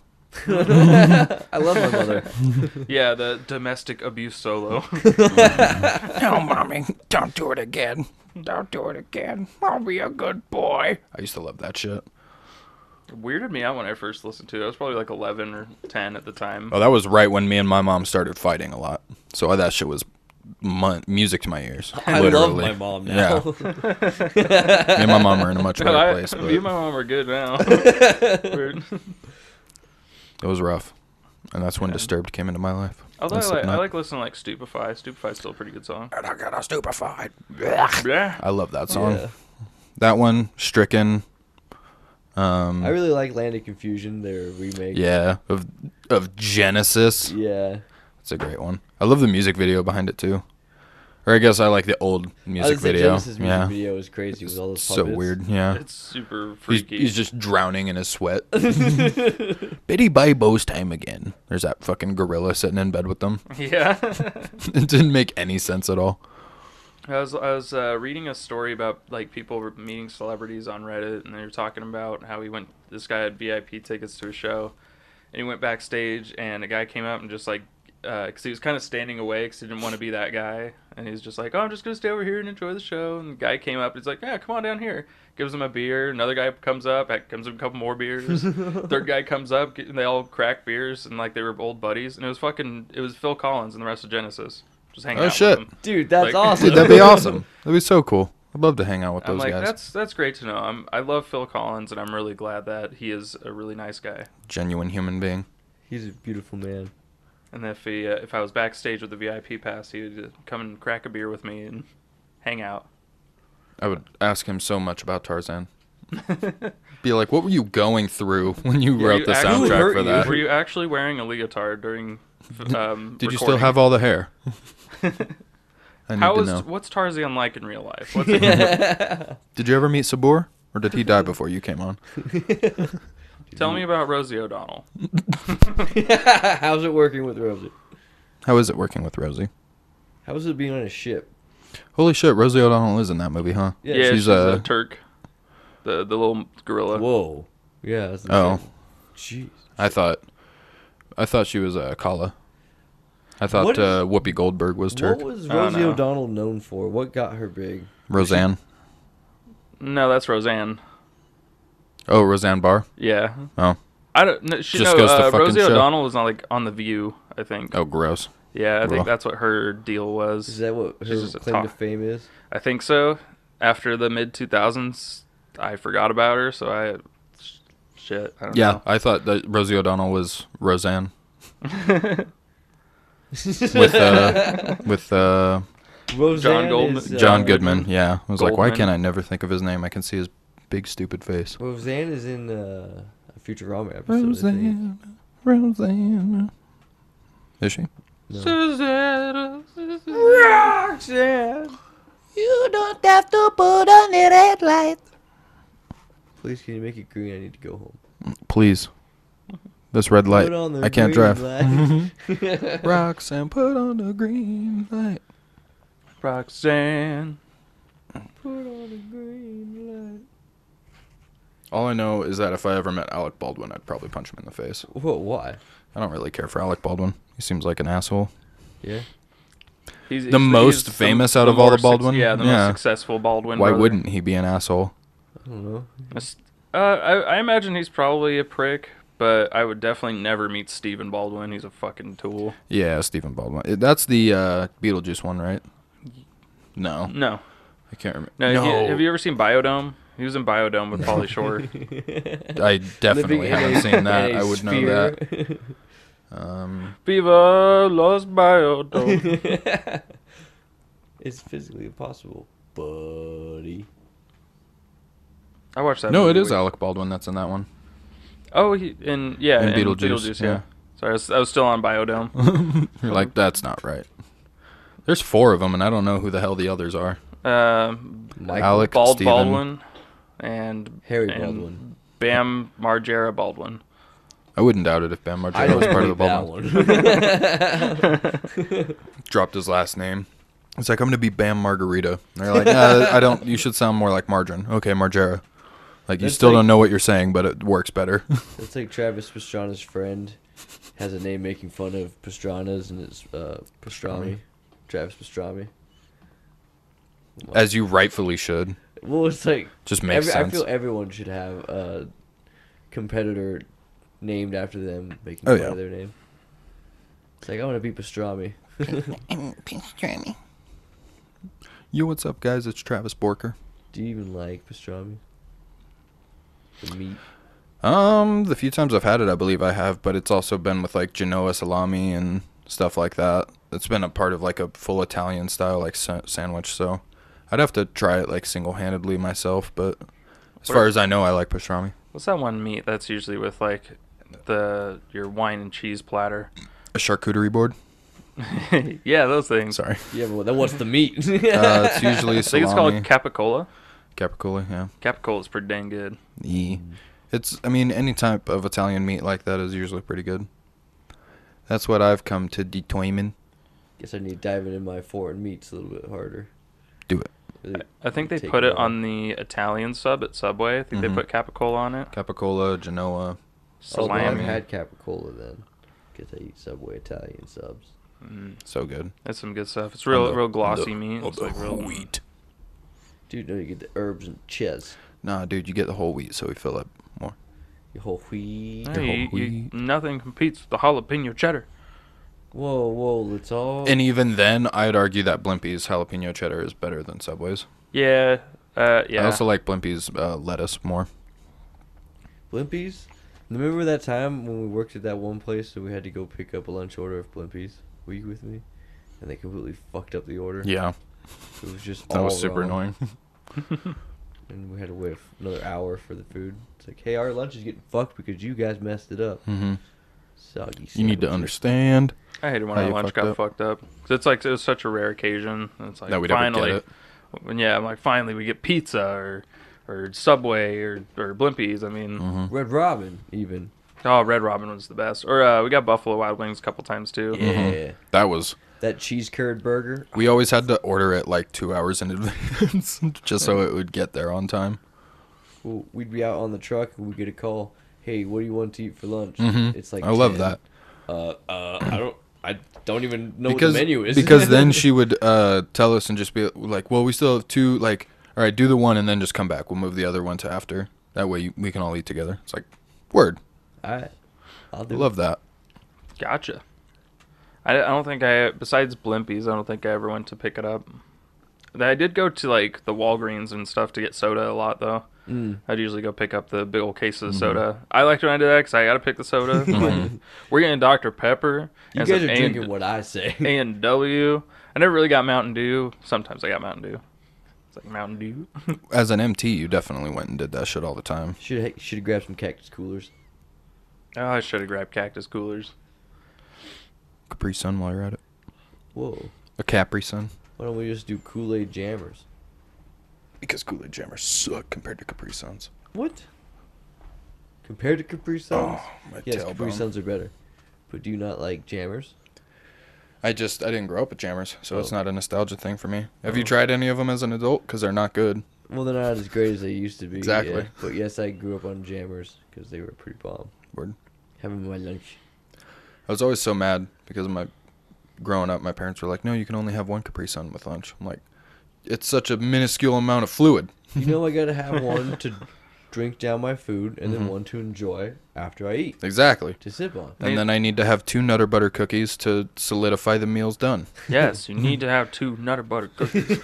S2: I love my mother.
S3: yeah, the domestic abuse solo.
S1: No, mommy, don't do it again. Don't do it again. I'll be a good boy. I used to love that shit.
S3: It weirded me out when I first listened to it. I was probably like 11 or 10 at the time.
S1: Oh, that was right when me and my mom started fighting a lot. So that shit was mu- music to my ears.
S2: I love
S1: literally.
S2: my mom now.
S1: Me and my mom are in a much
S3: No,
S1: better
S3: I,
S1: place, but
S3: me and my mom are good now. Weird.
S1: it was rough. And that's when Disturbed came into my life.
S3: Although
S1: That's
S3: I like, I
S1: not-
S3: like listening to like Stupefy. Stupefy's still a pretty good song.
S1: And I got stupefied.
S3: Yeah.
S1: I love that song.
S2: Yeah.
S1: That one, Stricken. Um,
S2: I really like Land of Confusion, their remake.
S1: yeah, of of Genesis.
S2: Yeah.
S1: It's a great one. I love the music video behind it too. Or I guess I like the old
S2: I
S1: music
S2: would say
S1: video.
S2: Genesis' music
S1: yeah.
S2: video is crazy with all those
S1: so
S2: puppets.
S1: weird. Yeah.
S3: It's super
S1: He's,
S3: freaky.
S1: he's just drowning in his sweat. Biddy Bo's time again. There's that fucking gorilla sitting in bed with them.
S3: yeah.
S1: it didn't make any sense at all.
S3: I was I was uh, reading a story about like people were meeting celebrities on Reddit, and they were talking about how he went. This guy had VIP tickets to a show, and he went backstage, and a guy came up and just like, because he was kind of standing away because he didn't want to be that guy, and he was just like, "Oh, I'm just gonna stay over here and enjoy the show." And the guy came up, and he's like, "Yeah, come on down here." Gives him a beer. Another guy comes up, had- comes him a couple more beers. Third guy comes up, get- and they all crack beers, and like they were old buddies, and it was fucking. It was Phil Collins and the rest of Genesis. Just hanging
S1: Oh,
S3: out with
S1: shit.
S3: him.
S2: Dude, that's
S3: Like-
S2: awesome.
S1: Dude, that'd be awesome. That'd be so cool. I'd love to hang out with
S3: I'm
S1: those
S3: like,
S1: guys.
S3: that's that's great to know. I'm I love Phil Collins, and I'm really glad that he is a really nice guy.
S1: Genuine human being.
S2: He's a beautiful man.
S3: And if he uh, if I was backstage with the VIP pass, he would just come and crack a beer with me and hang out.
S1: I would ask him so much about Tarzan. Be like, what were you going through when you
S3: Yeah,
S1: wrote
S3: you
S1: the
S3: actually- Who
S1: soundtrack
S2: hurt
S1: for
S2: you?
S1: that?
S3: Were you actually wearing a leotard during? f- Um,
S1: Did you still have all the hair? I need
S3: How
S1: to
S3: is
S1: know.
S3: what's Tarzan like in real life? What's it,
S1: Did you ever meet Sabor? Or did he die before you came on?
S3: tell me about Rosie O'Donnell.
S2: How's it working with Rosie?
S1: How is it working with Rosie?
S2: How's it being on a ship?
S1: Holy shit, Rosie O'Donnell is in that movie, huh?
S3: Yeah,
S2: Yeah,
S3: she's,
S1: she's,
S3: a
S1: uh,
S3: Turk, the the little gorilla.
S2: Whoa. Yeah. That's
S1: Oh,
S2: Jeez.
S1: I thought, I thought she was a uh, Kala. I thought
S2: What is-
S1: uh, Whoopi Goldberg was Turk.
S2: What was
S3: I don't
S2: Rosie
S3: know.
S2: O'Donnell known for? What got her big?
S1: Roseanne.
S3: No, that's Roseanne.
S1: Oh, Roseanne Barr.
S3: Yeah.
S1: Oh.
S3: I don't. No, she,
S1: Just
S3: no,
S1: goes to
S3: uh,
S1: fucking
S3: Rosie
S1: show.
S3: O'Donnell was on like on the View, I think.
S1: Oh, gross.
S3: Yeah, I
S1: Well.
S3: think that's what her deal
S2: Is
S3: was.
S2: that what her
S3: She's just a
S2: claim to
S3: talk-
S2: fame is?
S3: I think so. After the mid 2000s, I forgot about her, so I sh- shit, I don't
S1: Yeah,
S3: know.
S1: I thought that Rosie O'Donnell was Roseanne with uh, with uh,
S2: Roseanne
S3: Goldman-
S2: is,
S1: John
S2: uh,
S1: Goodman. Yeah, I was like, why
S3: Goldman.
S1: can't I never think of his name? I can see his Big stupid face.
S2: Roseanne is in uh, a Futurama episode. Roseanne.
S1: Rosanna, Rosanna. Is she?
S2: I think. No.
S3: Susanna, Susanna.
S1: You don't have to put on the red light.
S2: Please, can you make it green? I need to go home.
S1: Please. This red light.
S2: Put on the
S1: I can't
S2: green
S1: drive. Mm-hmm.
S2: light.
S1: Rocks and put on the green light.
S3: Roxanne.
S2: Put on the green
S1: All I know is that if I ever met Alec Baldwin, I'd probably punch him in the face.
S2: light. What? Why?
S1: I don't really care for Alec Baldwin. He seems like an asshole.
S2: Yeah.
S3: He's, he's
S1: most famous out of all
S3: more
S1: the Baldwin?
S3: suc- yeah, the
S1: Yeah.
S3: most successful Baldwin.
S1: Why
S3: brother.
S1: wouldn't he be an asshole?
S2: I don't know.
S3: That's- Uh, I, I imagine he's probably a prick, but I would definitely never meet Stephen Baldwin. He's a fucking tool.
S1: Yeah, Stephen Baldwin. Eh, That's the uh, Beetlejuice one, right? No,
S3: No,
S1: I can't remember.
S3: no.
S1: No,
S3: have you- have you ever seen Biodome? He was in Biodome with Polly Shore.
S1: I definitely haven't seen that. I would know that.
S2: know
S1: Um,
S3: Viva Los Biodome.
S2: that. it's physically impossible, buddy.
S3: I watched that.
S1: no, it
S3: movie
S1: is
S3: with-
S1: Alec Baldwin that's in that one.
S3: Oh, he in yeah
S1: In
S3: in,
S1: Beetlejuice,
S3: Beetlejuice. yeah.
S1: yeah.
S3: Sorry, I was, I was still on Biodome.
S1: You're like, that's not right. There's four of them, and I don't know who the hell the others are.
S3: Um,
S2: Michael
S1: Alec
S3: Bald
S1: Stephen.
S3: Baldwin and
S2: Harry
S3: and
S2: Baldwin.
S3: Bam Margera Baldwin.
S1: I wouldn't doubt it if Bam
S2: I
S1: Margera
S2: don't
S1: was part of the
S2: believe that
S1: Baldwin.
S2: one.
S1: Dropped his last name. It's like I'm gonna be Bam Margarita. And they're like, nah, I don't. You should sound more like margarine. Okay, Margera. Like you
S2: That's
S1: still
S2: like-
S1: don't know what you're saying, but it works better.
S2: It's like Travis Pastrana's friend has a name making fun of Pastrana's, and it's uh,
S1: Pastrami.
S2: Pastrami. Travis Pastrami.
S1: As you rightfully should.
S2: Well, it's like
S1: Just makes
S2: every-
S1: sense.
S2: I feel everyone should have a competitor named after them making
S1: Oh,
S2: fun
S1: yeah.
S2: of their name. It's like I want to be pastrami.
S4: pastrami.
S1: Yo, what's up, guys? It's Travis Borker.
S2: Do you even like pastrami? The meat.
S1: Um, the few times I've had it, I believe I have, but it's also been with like Genoa salami and stuff like that. It's been a part of like a full Italian style like sa- sandwich, so I'd have to try it like single-handedly myself, but as
S3: What
S1: far
S3: are-
S1: as I know, I like pastrami.
S3: What's that one meat that's usually with like the your wine and cheese platter?
S1: A charcuterie board?
S3: yeah, those things.
S1: Sorry.
S2: Yeah, but then what's the meat?
S1: Uh, it's usually
S3: Mm. I think it's called
S1: salami,
S3: capicola.
S1: capicola, yeah.
S3: Capicola is pretty dang good.
S1: E.
S3: Mm.
S1: It's I mean any type of Italian meat like that is usually pretty good. That's what I've come to determine.
S2: Guess I need to dive into my foreign meats a little bit harder.
S1: Do it.
S2: Really
S3: I think they
S2: take
S3: put it
S2: over.
S3: on the Italian sub at Subway. I think
S1: Mhm.
S3: they put capicola on
S1: Oh,
S3: it.
S1: Capicola, Genoa.
S2: Oh, well, I've
S3: Salami.
S1: man.
S2: had capicola then. Cause I eat Subway Italian subs.
S3: Mm,
S1: So good.
S3: that's some good stuff. It's real,
S1: And the-
S3: real glossy
S1: and the-
S3: meat.
S1: and
S3: It's
S1: the
S3: like real.
S1: wheat.
S2: Dude, no, you get the herbs and cheese,
S1: Nah, dude, you get the whole wheat, so we fill up more.
S2: your whole wheat.
S3: Yeah,
S1: The whole
S3: you- you-
S1: wheat.
S3: nothing competes with the jalapeno cheddar.
S2: Whoa, whoa, let's all.
S1: And even then, I'd argue that Blimpie's jalapeno cheddar is better than Subway's.
S3: Yeah, uh, yeah.
S1: I also like Blimpie's uh, lettuce more.
S2: Blimpies? Remember that time when we worked at that one place and we had to go pick up a lunch order of Blimpies? Were you with me? And they completely fucked up the order.
S1: Yeah,
S2: It was just
S1: that
S2: all
S1: was super
S2: wrong,
S1: annoying.
S2: And we had to wait another hour for the food. It's like, hey, our lunch is getting fucked because you guys messed it up.
S1: hmm
S2: Soggy.
S1: You need to
S2: sandwiches.
S1: understand
S3: I hated when
S1: How
S3: our
S1: you
S3: lunch
S1: fucked
S3: got
S1: up?
S3: fucked up. 'Cause it's like it was such a rare occasion. and It's like
S1: that we don't
S3: finally,
S1: get it.
S3: when- yeah, I'm like finally we get pizza or or Subway or or Blimpies. I mean,
S1: hmm
S2: Red Robin, even.
S3: oh, Red Robin was the best. Or uh, we got Buffalo Wild Wings a couple times too.
S1: Uh-huh. Mm-hmm.
S2: Yeah.
S1: That was.
S2: That cheese curd burger.
S1: We always had to order it like two hours in advance, just so it would get there on time.
S2: Well, we'd be out on the truck and we'd get a call. Hey, what do you want to eat for lunch?
S1: Mhm.
S2: It's like
S1: I love
S2: 10.
S1: that
S2: Uh, uh, I don't, I don't even know
S1: because
S2: what the menu is.
S1: because then she would uh, tell us and just be like, "Well, we still have two. Like, all right, do the one and then just come back. We'll move the other one to after. That way you, we can all eat together." It's like, word.
S2: All right, I'll do. it.
S1: Love that.
S3: Gotcha. I, I don't think I besides Blimpies, I don't think I ever went to pick it up. I did go to like the Walgreens and stuff to get soda a lot though.
S2: Mm.
S3: I'd usually go pick up the big old cases of soda. I liked when I did that because I gotta pick the soda. Like, we're getting Dr Pepper.
S2: You
S3: and
S2: guys
S3: some
S2: are
S3: A-
S2: drinking what I say.
S3: A and W. I never really got Mountain Dew. Sometimes I got Mountain Dew. It's like Mountain Dew.
S1: As an MT, you definitely went and did that shit all the time.
S2: Should ha- should have grabbed some cactus coolers.
S3: Oh, I should have grabbed cactus coolers.
S1: Capri Sun while you're at it.
S2: Whoa.
S1: A Capri Sun.
S2: Why don't we just do Kool Aid jammers?
S1: Because Kool Aid Jammers suck compared to Capri Suns.
S2: What? Compared to Capri Suns?
S1: Oh, my
S2: yes,
S1: tailbone.
S2: Capri Suns are better. But do you not like jammers?
S1: I just I didn't grow up with Jammers, so it's
S2: Oh.
S1: not a nostalgia thing for me. Have you
S2: Oh.
S1: tried any of them as an adult? Because they're not good.
S2: Well, they're not as great as they used to be.
S1: Exactly.
S2: yeah. But yes, I grew up on jammers because they were pretty bomb.
S1: Word.
S2: Having my lunch.
S1: I was always so mad because of my growing up. My parents were like, "No, you can only have one Capri Sun with lunch." I'm like, "It's such a minuscule amount of fluid."
S2: You know, I gotta have one to drink down my food and
S1: Mhm.
S2: then one to enjoy after I eat
S1: Exactly.
S2: to sip on.
S1: And
S3: Need-
S1: then I need to have two Nutter Butter cookies to solidify the meal's done.
S3: Yes, you need to have two Nutter Butter cookies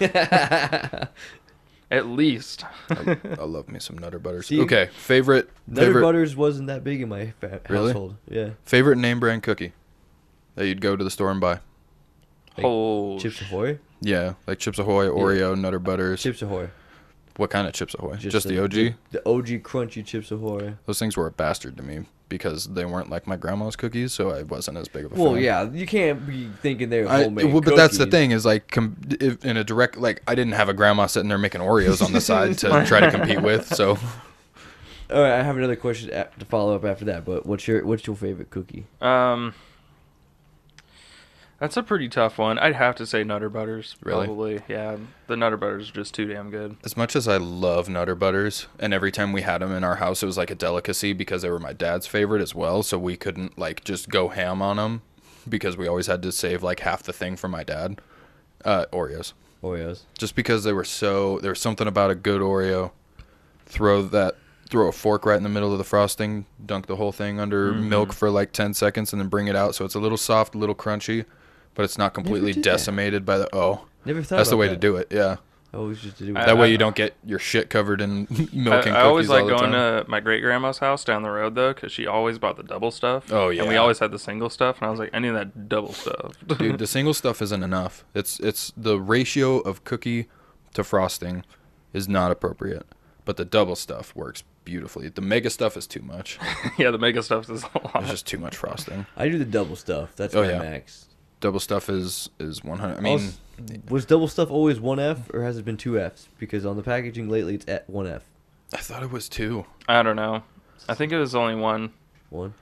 S3: at least.
S1: I, I love me some Nutter Butters.
S2: See?
S1: okay, favorite
S2: Nutter
S1: favorite
S2: butters wasn't that big in my fa-
S1: Really?
S2: household. Yeah.
S1: favorite name brand cookie that you'd go to the store and buy.
S2: Like
S3: oh,
S2: Chips Ahoy.
S1: Yeah, like Chips Ahoy, Oreo, Nutter Butters.
S2: Chips Ahoy.
S1: What kind of Chips Ahoy? Just, the, OG.
S2: The OG crunchy Chips Ahoy.
S1: Those things were a bastard to me because they weren't like my grandma's cookies, so I wasn't as big of a fan.
S2: Well, yeah, you can't be thinking they're
S1: I,
S2: homemade.
S1: well, but that's the
S2: cookies.
S1: thing is like com- if, in a direct like I didn't have a grandma sitting there making Oreos on the side to try to compete with. So
S2: All right, I have another question a- to follow up after that. But what's your what's your favorite cookie?
S3: um, that's a pretty tough one. I'd have to say Nutter Butters.
S1: Really?
S3: Probably, yeah. The Nutter Butters are just too damn good.
S1: as much as I love Nutter Butters, and every time we had them in our house, it was like a delicacy because they were my dad's favorite as well. So we couldn't like just go ham on them because we always had to save like half the thing for my dad. Uh, Oreos.
S2: Oreos.
S1: just because they were so there was something about a good Oreo. Throw that throw a fork right in the middle of the frosting, dunk the whole thing under
S3: Mm-hmm.
S1: milk for like ten seconds, and then bring it out so it's a little soft, a little crunchy, but it's not completely
S2: did that.
S1: decimated by the oh.
S2: Never thought.
S1: That's the
S2: about
S1: way
S2: that.
S1: to do it. Yeah,
S2: I always used to do
S3: I-
S1: that
S2: it.
S1: way you don't get your shit covered in milk and
S3: I, I always
S1: cookies
S3: like
S1: all the
S3: going uh,
S1: time.
S3: to my great grandma's house down the road though, because she always bought the double stuff.
S1: Oh,
S3: and we
S1: yeah.
S3: always had the single stuff, and I was like, I need that double stuff.
S1: Dude, the single stuff isn't enough. It's it's the ratio of cookie to frosting is not appropriate, but the double stuff works beautifully. The mega stuff is too much.
S3: yeah, the mega stuff is a lot.
S1: It's just too much frosting.
S2: I do the double stuff. That's
S1: Oh,
S2: my
S1: yeah.
S2: max.
S1: double stuff is is 100 i mean
S2: Also- was double stuff always one F or has it been two Fs? Because on the packaging lately, it's at one F.
S1: i thought it was two
S3: I don't know. I think it was only one.
S2: One.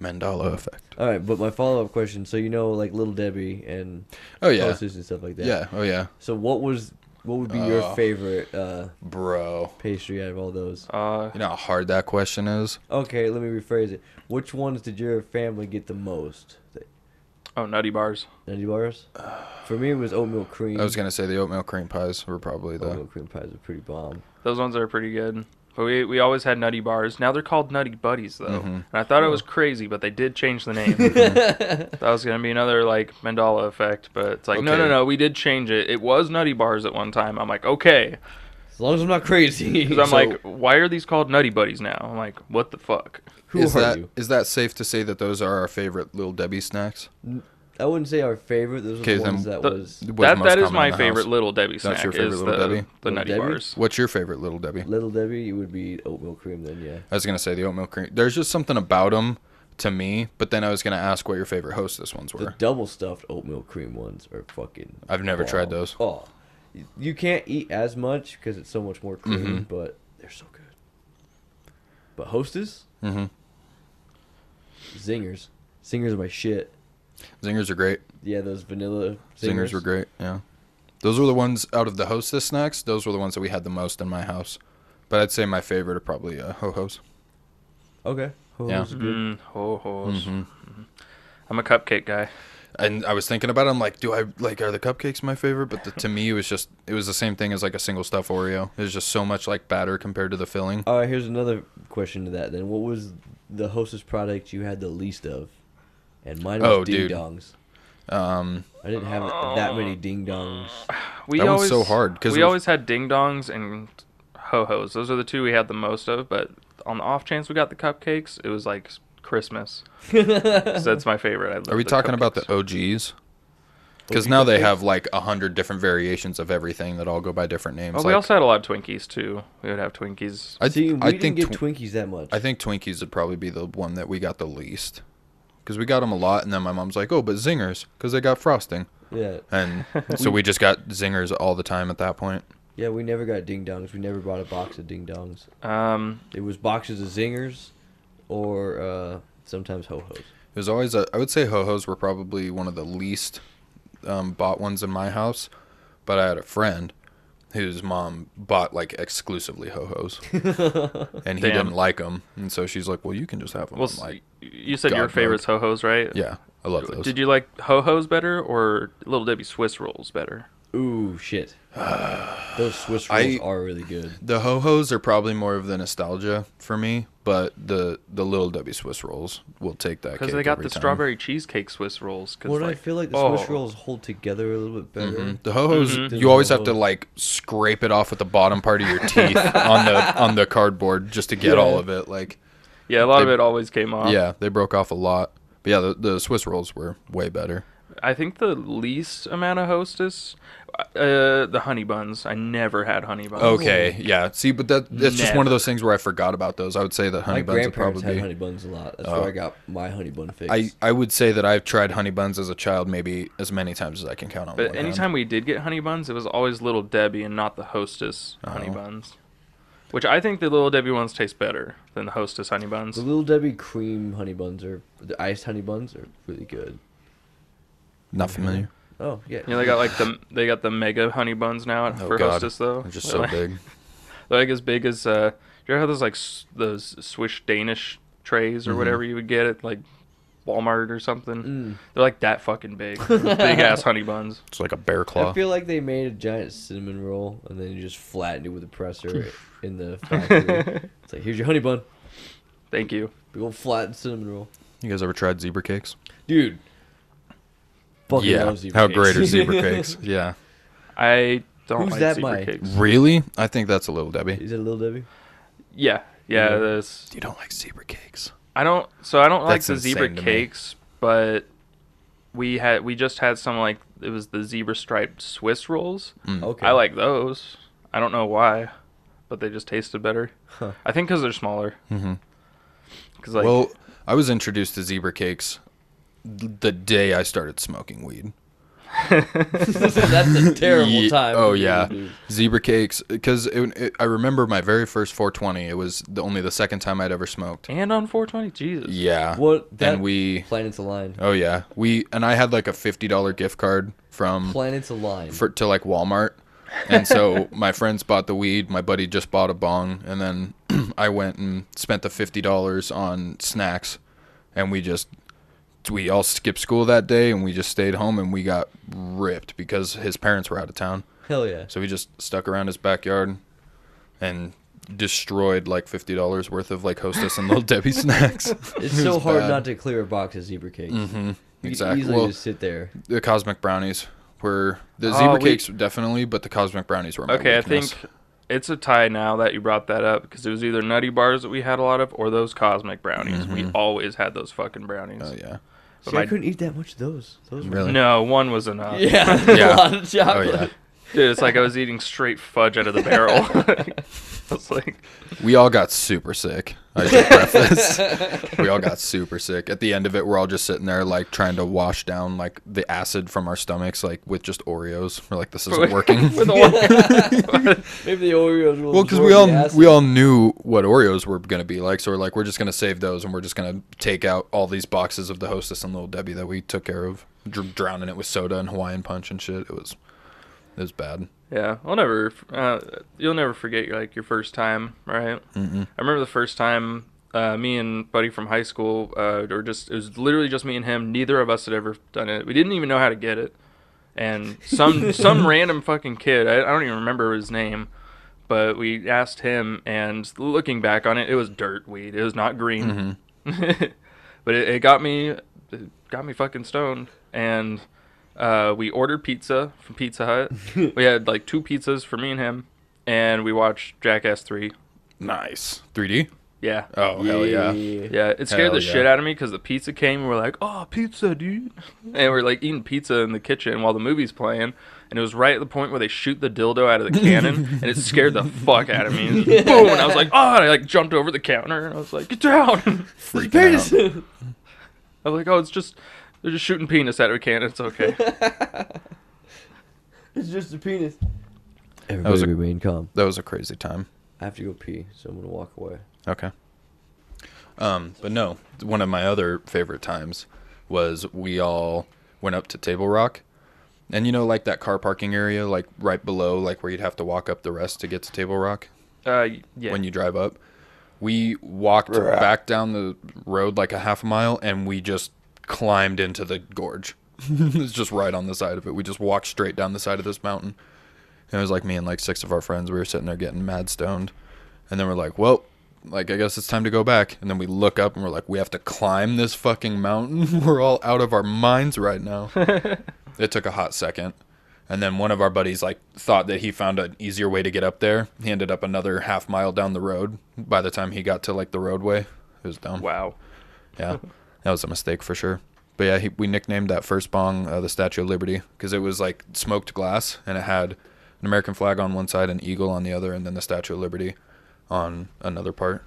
S1: mandala effect
S2: All right, but my follow up question. So you know, like Little Debbie and
S1: oh yeah
S2: Toasters and stuff like that.
S1: yeah oh yeah
S2: So what was what would be your
S1: Oh.
S2: favorite uh,
S1: bro
S2: pastry out of all those?
S3: Uh,
S1: you know how hard that question is
S2: Okay, let me rephrase it. Which ones did your family get the most?
S3: oh, Nutty Bars.
S2: Nutty bars? For me, it was oatmeal cream.
S1: i was gonna say the oatmeal cream pies were probably the
S2: oatmeal cream pies are pretty bomb.
S3: Those ones are pretty good. But we, we always had Nutty Bars. Now they're called Nutty Buddies, though.
S1: Mhm.
S3: And I thought it
S2: Oh.
S3: was crazy, but they did change the name. that was going to be another, like, Mandala effect. But it's like, no, no,
S1: Okay.
S3: no, we did change it. It was Nutty Bars at one time. I'm like, okay.
S2: As long as I'm not crazy.
S3: Because I'm
S1: So-
S3: like, why are these called Nutty Buddies now? I'm like, what the fuck?
S2: who
S1: is
S2: are
S1: that
S2: you?
S1: is that safe to say that those are our favorite little debbie snacks
S2: I wouldn't say our favorite. Those are
S1: Okay,
S2: the
S1: then
S2: ones that
S3: The-
S2: was
S1: What's
S3: that
S1: most
S3: that is
S1: common in
S3: my
S1: the
S3: favorite
S1: house?
S3: Little Debbie
S1: That's your
S3: snack.
S1: favorite
S3: is
S1: Little
S3: the,
S1: Debbie?
S3: The
S2: Little
S3: Nutty
S2: Debbie?
S3: Bars.
S1: what's your favorite little debbie
S2: Little Debbie. It would be oatmeal cream then, yeah.
S1: i was gonna say the oatmeal cream there's just something about them to me but then i was gonna ask what your favorite hostess ones
S2: The
S1: were
S2: double stuffed oatmeal cream ones are fucking.
S1: I've never
S2: bomb.
S1: tried those.
S2: Oh, You- you can't eat as much because it's so much more cream,
S1: Mm-hmm.
S2: but they're so good. But Hostess,
S1: hmm
S2: zingers, zingers are my shit.
S1: zingers are great
S2: Yeah, those vanilla
S1: Zingers.
S2: zingers,
S1: were great. Yeah, those were the ones out of the hostess snacks. Those were the ones that we had the most in my house. But I'd say my favorite are probably uh, ho hos.
S2: Okay.
S1: Yeah.
S2: Hostess is good.
S3: Mm, ho ho's.
S1: Mm-hmm.
S3: I'm a cupcake guy.
S1: And I was thinking about it. I'm like, do I like are the cupcakes my favorite? But the, to me, it was just it was the same thing as like a single stuff Oreo. There's just so much like batter compared to the filling.
S2: All right, here's another question to that then. What was the Hostess product you had the least of? And mine was
S1: Oh,
S2: ding
S1: dude.
S2: dongs.
S1: Um,
S2: I didn't have that many ding dongs.
S3: We
S1: That
S3: always
S1: one's so hard, 'cause
S3: we
S1: it was-
S3: always had ding dongs and ho hos. Those are the two we had the most of. But on the off chance we got the cupcakes, it was like
S2: Uh-huh.
S3: Christmas. so that's my favorite. I love
S1: are we
S3: the
S1: talking about
S3: cupcakes.
S1: the OGs? Because now they have like a hundred different variations of everything that all go by different names.
S3: Well, we
S1: like,
S3: also had a lot of Twinkies too. We would have Twinkies.
S1: I,
S2: See, we
S1: I
S2: didn't
S1: think
S2: get
S1: Twi-
S2: Twinkies that much.
S1: I think Twinkies would probably be the one that we got the least. Because we got them a lot, and then my mom's like, "Oh, but Zingers, because they got frosting,"
S2: yeah,
S1: and so we just got Zingers all the time at that point.
S2: yeah. We never got ding dongs. We never bought a box of ding dongs.
S3: Um,
S2: It was boxes of zingers, or uh, sometimes ho hos.
S1: There's always a. I would say ho hos were probably one of the least um, bought ones in my house, but I had a friend whose mom bought like exclusively ho hos, and he
S3: Damn.
S1: didn't like them, and so she's like, "Well, you can just have them."
S3: well,
S1: I'm
S3: s-
S1: like,
S3: you said your
S1: Oh God
S3: favorite's ho hos, right?
S1: yeah, I love those.
S3: Did you like ho hos better or Little Debbie Swiss rolls better?
S2: Ooh, shit. Those Swiss
S1: I-
S2: rolls are really good.
S1: The ho hos are probably more of the nostalgia for me, but the the little W Swiss rolls will take that
S3: Because
S1: cake
S3: they got
S1: every
S3: the
S1: time.
S3: strawberry cheesecake Swiss rolls. Cause
S2: Well,
S3: like,
S2: I feel like the Swiss
S3: oh.
S2: rolls hold together a little bit better.
S3: Mm-hmm.
S1: Mhm. The ho hos,
S2: Mhm.
S1: you always have to like scrape it off with the bottom part of your teeth on the on the cardboard just to get all
S2: Yeah.
S1: of it. Like,
S3: Yeah, a lot of
S1: They-
S3: it always came off.
S1: yeah, they broke off a lot. But yeah, the, the Swiss rolls were way better.
S3: I think the least amount of Hostess, uh, the honey buns. I never had honey buns.
S1: Okay, yeah. See, but that that's just one of
S3: Never.
S1: those things where I forgot about those. I would say that honey
S2: My
S1: buns are
S2: grandparents had
S1: probably. Oh.
S2: honey buns a lot. That's where I got my honey bun fix.
S1: I, I would say that I've tried honey buns as a child maybe as many times as I can count on.
S3: But
S1: one hand.
S3: anytime we did get honey buns, it was always Little Debbie and not the Hostess honey
S1: Oh.
S3: buns. Which I think the Little Debbie ones taste better than the Hostess honey buns.
S2: the little Debbie cream honey buns are the iced honey buns are really good.
S1: not familiar.
S2: Oh yeah.
S3: You know, they got like the they got the mega honey buns now at-
S1: Oh,
S3: for
S1: God.
S3: Hostess though.
S1: They're just
S3: They're
S1: so
S3: like,
S1: big.
S3: They're like as big as uh, you ever have those like s- those swish Danish trays
S1: Mm-hmm.
S3: or whatever you would get at like Walmart or something.
S2: Mm.
S3: They're like that fucking big, big ass honey buns.
S1: It's like a bear
S2: I
S1: claw.
S2: feel like they made a giant cinnamon roll and then you just flattened it with a presser in the factory. it's like here's your honey bun,
S3: Thank you.
S2: big old flattened cinnamon roll,
S1: You guys ever tried zebra cakes?
S2: dude. Fucking
S1: yeah.
S2: love zebra
S1: How
S2: cakes.
S1: great are zebra cakes? Yeah.
S3: I don't
S2: Who's
S3: like
S2: that
S3: zebra
S2: by?
S3: cakes.
S1: Really? I think that's a little Debbie.
S2: Is it a little Debbie?
S3: Yeah, yeah.
S2: Yeah.
S3: This
S1: You don't like zebra cakes?
S3: I don't. So I don't
S1: That's
S3: like the zebra
S1: insane to me.
S3: cakes, but we had we just had some like it was the zebra striped Swiss rolls.
S1: Mm.
S2: Okay.
S3: I like those. I don't know why, but they just tasted better.
S2: Huh.
S3: I think because they're smaller.
S1: Mhm.
S3: Because like
S1: well, I was introduced to zebra cakes the day I started smoking weed.
S2: That's a terrible
S1: Ye-
S2: time. Mm-hmm.
S1: Oh
S2: for you,
S1: yeah,
S2: dude.
S1: zebra cakes. Because it, it, I remember my very first 420. It was the, only the second time I'd ever smoked.
S3: and on 420, Jesus.
S1: Yeah.
S2: What? That
S1: and we.
S2: planets aligned.
S1: Oh yeah, we and I had like a fifty dollar gift card from
S2: Planets aligned.
S1: for to like Walmart. And so my friends bought the weed, my buddy just bought a bong, and then I went and spent the fifty dollars on snacks and we just we all skipped school that day and we just stayed home and we got ripped because his parents were out of town.
S2: Hell yeah.
S1: So we just stuck around his backyard and destroyed like fifty dollars worth of like hostess and little Debbie snacks.
S2: It's so hard
S1: bad.
S2: not to clear a box of zebra cakes. You
S1: exactly.
S2: could easily
S1: Well,
S2: just sit there.
S1: the cosmic brownies were the
S3: Oh,
S1: zebra
S3: we-
S1: cakes definitely, but the cosmic brownies were my
S3: Okay, I
S1: weakness.
S3: think it's a tie now that you brought that up because it was either Nutty Bars that we had a lot of or those Cosmic Brownies. We always had those fucking brownies.
S1: Mm-hmm. Oh yeah.
S3: But
S2: See, I
S3: my-
S2: couldn't eat that much of those. Those were
S1: Really?
S3: No, one was enough.
S2: Yeah,
S1: Yeah.
S2: a lot of
S1: Oh
S2: chocolate.
S1: yeah.
S3: Dude, it's like I was eating straight fudge out of the barrel. it's like,
S1: We all got super sick. I should preface. we all got super sick. At the end of it, we're all just sitting there, like trying to wash down like the acid from our stomachs, like with just Oreos. We're like, this isn't working.
S3: With the
S2: Maybe the Oreos will
S1: well, because we all we all knew what Oreos were gonna be like, so we're like, we're just gonna save those, and we're just gonna take out all these boxes of the Hostess and Little Debbie that we took care of, dr- drowning it with soda and Hawaiian punch and shit. It was, it was bad.
S3: yeah, I'll never. Uh, you'll never forget like your first time, right? Mm-hmm. I remember the first time. Uh, me and buddy from high school, uh, or just it was literally just me and him. Neither of us had ever done it. We didn't even know how to get it, and some some random fucking kid. I, I don't even remember his name, but we asked him. And looking back on it, it was dirt weed. It was not green. but it, it got me it got me fucking stoned and uh, we ordered pizza from pizza hut we had like two pizzas for me and him and we watched jackass 3
S1: Nice. 3D.
S3: Yeah.
S1: Oh hell yeah!
S3: Yeah, it scared
S1: Hell
S3: the
S1: yeah.
S3: shit out of me because the pizza came and we're like, oh, pizza, dude. And we're like eating pizza in the kitchen while the movie's playing. And it was right at the point where they shoot the dildo out of the cannon and it scared the fuck out of me. It was just boom. And I was like, oh, and I like jumped over the counter and I was like, get down.
S1: Freaking out.
S2: Penis.
S3: I was like, oh, it's just, they're just shooting penis out of a cannon. It's okay.
S2: it's just a penis.
S1: That was
S2: Everybody
S1: a-
S2: remain calm.
S1: That was a crazy time.
S2: I have to go pee, so I'm gonna walk away.
S1: Okay. Um, but no, one of my other favorite times was we all went up to Table Rock. And you know, like that car parking area, like right below, like where you'd have to walk up the rest to get to Table Rock
S3: Uh, yeah.
S1: when you drive up. We walked back down the road like a half a mile and we just climbed into the gorge. it's just right on the side of it. We just walked straight down the side of this mountain. And it was like me and like six of our friends. We were sitting there getting mad stoned. And then we're like, well, like, I guess it's time to go back. And then we look up and we're like, we have to climb this fucking mountain. we're all out of our minds right now. it took a hot second. And then one of our buddies like thought that he found an easier way to get up there. He ended up another half mile down the road by the time he got to like the roadway. It was dumb.
S3: wow.
S1: Yeah, that was a mistake for sure. But yeah, he, we nicknamed that first bong uh, the Statue of Liberty because it was like smoked glass and it had an American flag on one side, an eagle on the other, and then the Statue of Liberty on another part.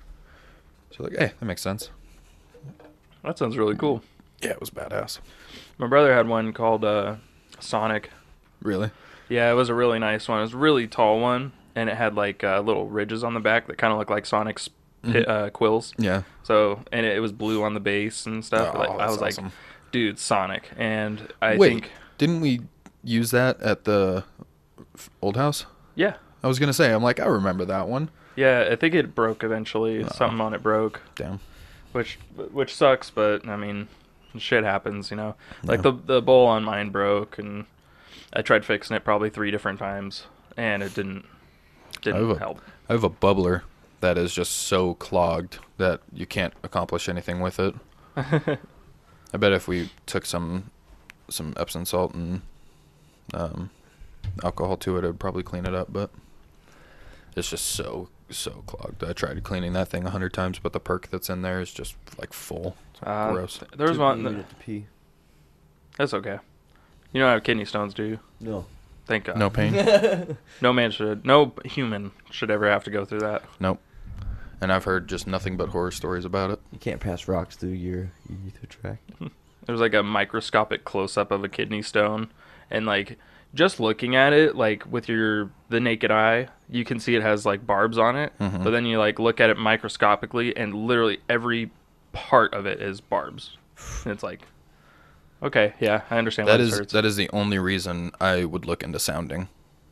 S1: So like, hey, that makes sense.
S3: That sounds really cool.
S1: Yeah, it was badass.
S3: My brother had one called uh, Sonic.
S1: Really?
S3: Yeah, it was a really nice one. It was a really tall one, and it had like uh, little ridges on the back that kind of look like Sonic's
S1: Mm-hmm.
S3: pi- uh, quills.
S1: Yeah.
S3: So, and it, it was blue on the base and stuff.
S1: Oh,
S3: like, I
S1: that's
S3: was
S1: awesome.
S3: like, dude, Sonic. And I
S1: Wait,
S3: think,
S1: didn't we use that at the f- old house?
S3: yeah,
S1: I was gonna say, I'm like, I remember that one.
S3: yeah, I think it broke
S1: Oh.
S3: eventually. Something on it broke,
S1: Damn.
S3: which which sucks, but I mean, shit happens, you know. Like the
S1: Yeah.
S3: the bowl on mine broke, and I tried fixing it probably three different times, and it didn't didn't
S1: Over.
S3: help.
S1: I have a bubbler that is just so clogged that you can't accomplish anything with it. I bet if we took some some Epsom salt and um, alcohol to it, it would probably clean it up. But it's just so so clogged. I tried cleaning that thing a hundred times, but the perk that's in there is just like full.
S3: Uh,
S1: Gross.
S3: th- There was
S2: Took
S3: one.
S2: me a
S3: That,
S2: minute to pee.
S3: that's okay. You don't have kidney stones, do you?
S2: No.
S3: Thank God.
S1: No pain.
S3: No man should. No human should ever have to go through that.
S1: nope. And I've heard just nothing but horror stories about it.
S2: You can't pass rocks through your urethral tract.
S3: It was like a microscopic close up of a kidney stone, and like just looking at it, like with your the naked eye, you can see it has like barbs on it.
S1: Mm-hmm.
S3: But then you like look at it microscopically, and literally every part of it is barbs. And it's like, okay, yeah, I understand.
S1: That
S3: why this
S1: is that is the only reason I would look into sounding.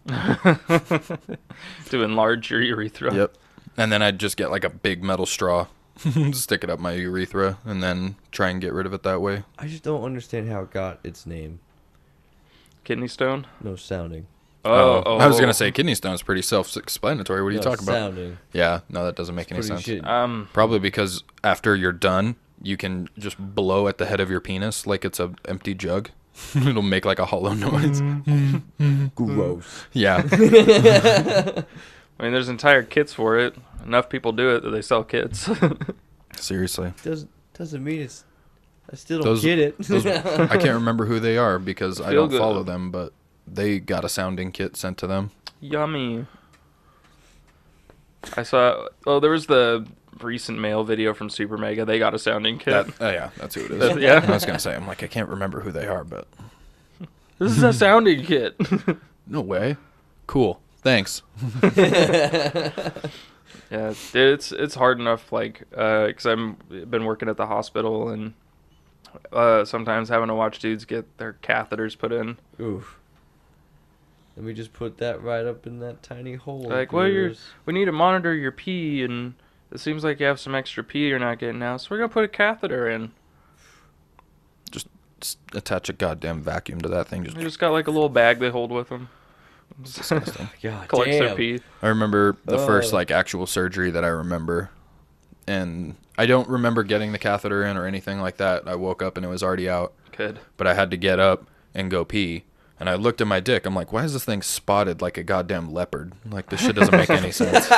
S3: hurts. to enlarge your urethra.
S1: Yep. And then I'd just get like a big metal straw, stick it up my urethra, and then try and get rid of it that way.
S2: I just don't understand how it got its name.
S3: Kidney stone.
S2: No sounding.
S3: Oh, oh
S1: Um, I was
S3: oh.
S1: gonna say kidney stone's pretty self-explanatory. What are you
S2: no,
S1: talking about?
S2: Sounding.
S1: Yeah, no, that doesn't make any
S2: Pretty
S1: sense.
S2: shit.
S3: Um,
S1: Probably because after you're done, you can just blow at the head of your penis like it's a empty jug. It'll make like a hollow noise.
S3: Mm.
S2: Gross.
S1: Yeah, Hmm.
S3: I mean, there's entire kits for it. Enough people do it that they sell kits.
S1: seriously.
S2: Doesn't doesn't mean it's. I still don't
S1: Those-
S2: get it.
S1: those- I can't remember who they are because I
S3: Feel
S1: don't
S3: good.
S1: follow them, but they got a sounding kit sent to them.
S3: Yummy. I saw. Oh, there was the recent mail video from Super Mega. They got a sounding kit.
S1: That, oh yeah, that's who it is.
S3: That's- yeah.
S1: I was gonna say, I'm like, I can't remember who they are, but
S3: this is a sounding kit.
S1: no way. Cool. Thanks.
S3: yeah, dude, it's it's hard enough. Like, uhbecause I'm been working at the hospital and uh, sometimes having to watch dudes get their catheters put in.
S2: Oof. Let me just put that right up in that tiny hole.
S3: Like,
S2: of
S3: well, you're-
S2: yours.
S3: We need to monitor your pee, and it seems like you have some extra pee you're not getting out, so we're gonna put a catheter in.
S1: Just attach a goddamn vacuum to that thing. Just,
S3: They just got like a little bag they hold with them.
S1: it's disgusting.
S2: Ah, God
S3: Collects
S2: damn.
S3: their pee.
S1: I remember the first
S2: Oh.
S1: like actual surgery that I remember, and I don't remember getting the catheter in or anything like that. I woke up and it was already out,
S3: Good.
S1: but I had to get up and go pee. And I looked at my dick. I'm like, why is this thing spotted like a goddamn leopard? Like this shit doesn't make any sense.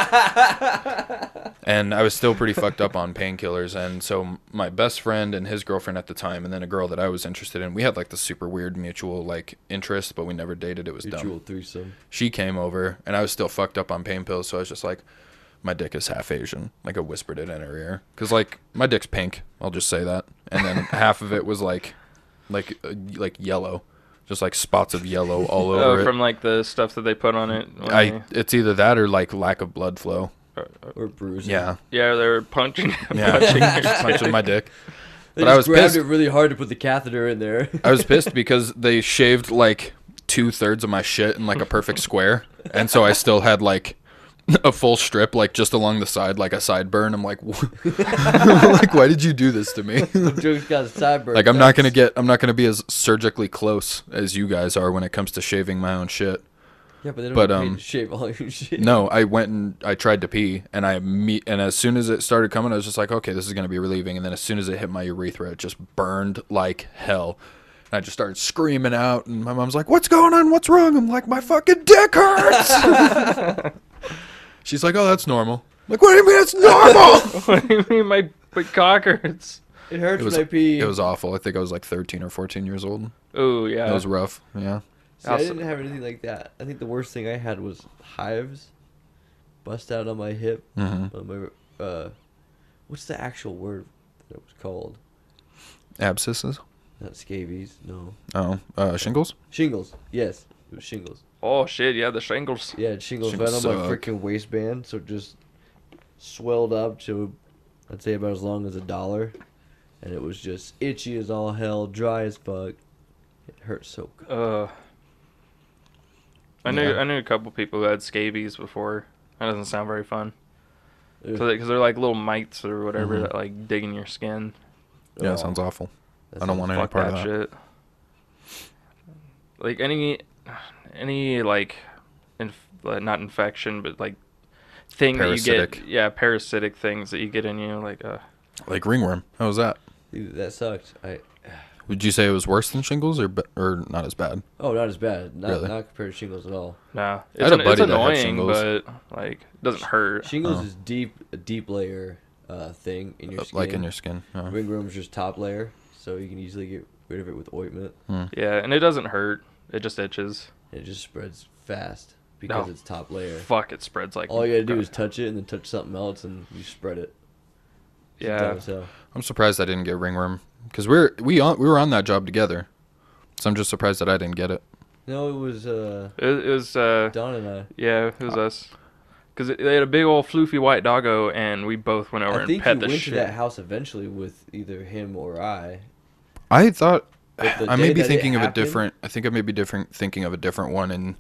S1: and I was still pretty fucked up on painkillers. And so m- my best friend and his girlfriend at the time, and then a girl that I was interested in, we had like the super weird mutual like interest, but we never dated. It was dumb
S2: Mutual threesome.
S1: she came over and I was still fucked up on pain pills, so I was just like, my dick is half Asian. Like I whispered it in her ear because like my dick's pink. I'll just say that. And then half of it was like, like uh, like yellow, just like spots of yellow all over
S3: Oh,
S1: it.
S3: from like the stuff that they put on it. when
S1: I
S3: they-
S1: it's either that or like lack of blood flow.
S2: Or bruising.
S1: Yeah,
S3: yeah, they were punching.
S1: yeah,
S3: punching your
S1: Just punching my dick.
S2: They
S1: But I
S2: just
S1: was
S2: grabbed
S1: pissed.
S2: it really hard to put the catheter in there.
S1: I was pissed because they shaved like two thirds of my shit in like a perfect square, and so I still had like a full strip, like just along the side, like a sideburn. I'm like, like why did you do this to me?
S2: Joe's got sideburns.
S1: like I'm not gonna
S2: That's-
S1: get, I'm not gonna be as surgically close as you guys are when it comes to shaving my own shit.
S2: Yeah, but they don't
S1: but,
S2: get paid
S1: um,
S2: to shave all your shit.
S1: No, I went and I tried to pee, and I me and as soon as it started coming, I was just like, okay, this is gonna be relieving. And then as soon as it hit my urethra, it just burned like hell, and I just started screaming out. And my mom's like, "What's going on? What's wrong?" I'm like, "My fucking dick hurts." She's like, "Oh, that's normal." I'm like, what do you mean it's normal?
S3: what do you mean my, my cock hurts?
S2: It hurts
S1: it was
S2: when I pee.
S1: it was awful. I think I was like 13 or 14 years old.
S3: Oh yeah.
S1: That was rough. Yeah.
S2: See, I
S3: Also-
S2: didn't have anything like that. I think the worst thing I had was hives, bust out on my hip,
S1: hmm
S2: on my uh, what's the actual word that it was called?
S1: Abscesses.
S2: Not scabies, no.
S1: Oh, uh, shingles.
S2: Shingles, yes, it was shingles.
S3: oh shit! Yeah, the shingles.
S2: Yeah, it shingles,
S1: Shingles
S2: right on my
S1: suck.
S2: freaking waistband, so it just swelled up to, I'd say about as long as a dollar, and it was just itchy as all hell, dry as fuck. It hurt so. good.
S3: Uh, I knew
S1: Yeah.
S3: I knew a couple people who had scabies before. That doesn't sound very fun.
S2: Ugh,
S3: Because they, are like little mites or whatever
S1: Mhm.
S3: that like dig in your skin.
S1: Yeah,
S2: oh,
S1: sounds awful.
S2: that
S1: I don't
S2: sounds
S1: want any
S3: Fuck
S1: part
S3: that,
S1: of that.
S3: shit. Like any, any like, inf- uh, not infection, but like thing that you
S1: Parasitic.
S3: get. Yeah, parasitic things that you get in you. Like, uh,
S1: Like ringworm. How was that?
S2: Dude, that sucks. I
S1: Would you say it was worse than shingles or be- or not as bad?
S2: oh, not as bad. Not
S1: Really?
S2: not compared to shingles at all.
S3: nah,
S1: I
S3: it's,
S1: had a
S3: an, it's
S1: buddy that had
S3: annoying,
S1: shingles.
S3: but like, it doesn't hurt.
S2: Shingles
S1: Oh.
S2: is deep, a deep layer uh, thing in your
S1: Uh,
S2: skin.
S1: Like in your skin. Oh. yeah.
S2: ringworm's just top layer, so you can easily get rid of it with ointment.
S3: Yeah, and it doesn't hurt. It just itches.
S2: And it just spreads fast because it's top layer.
S3: Fuck, it spreads like.
S2: All you gotta do is touch it and then touch something else and you spread it. It's
S3: Yeah.
S2: dumb as hell.
S1: I'm surprised I didn't get ringworm because we're we on we were on that job together, so I'm just surprised that I didn't get it.
S2: No, it was uh,
S3: It, it was uh,
S2: Don and I.
S3: yeah, it
S2: Uh.
S3: was us. Cause it- they had a big old floofy white doggo, and we both went over
S2: I
S3: and
S2: think you
S3: pet the
S2: went to
S3: shit.
S2: that house eventually with either him or I.
S1: I thought
S2: But the
S1: I may
S2: day
S1: be
S2: that it
S1: thinking of a
S2: happened-
S1: different. I think I may be different thinking of a different one in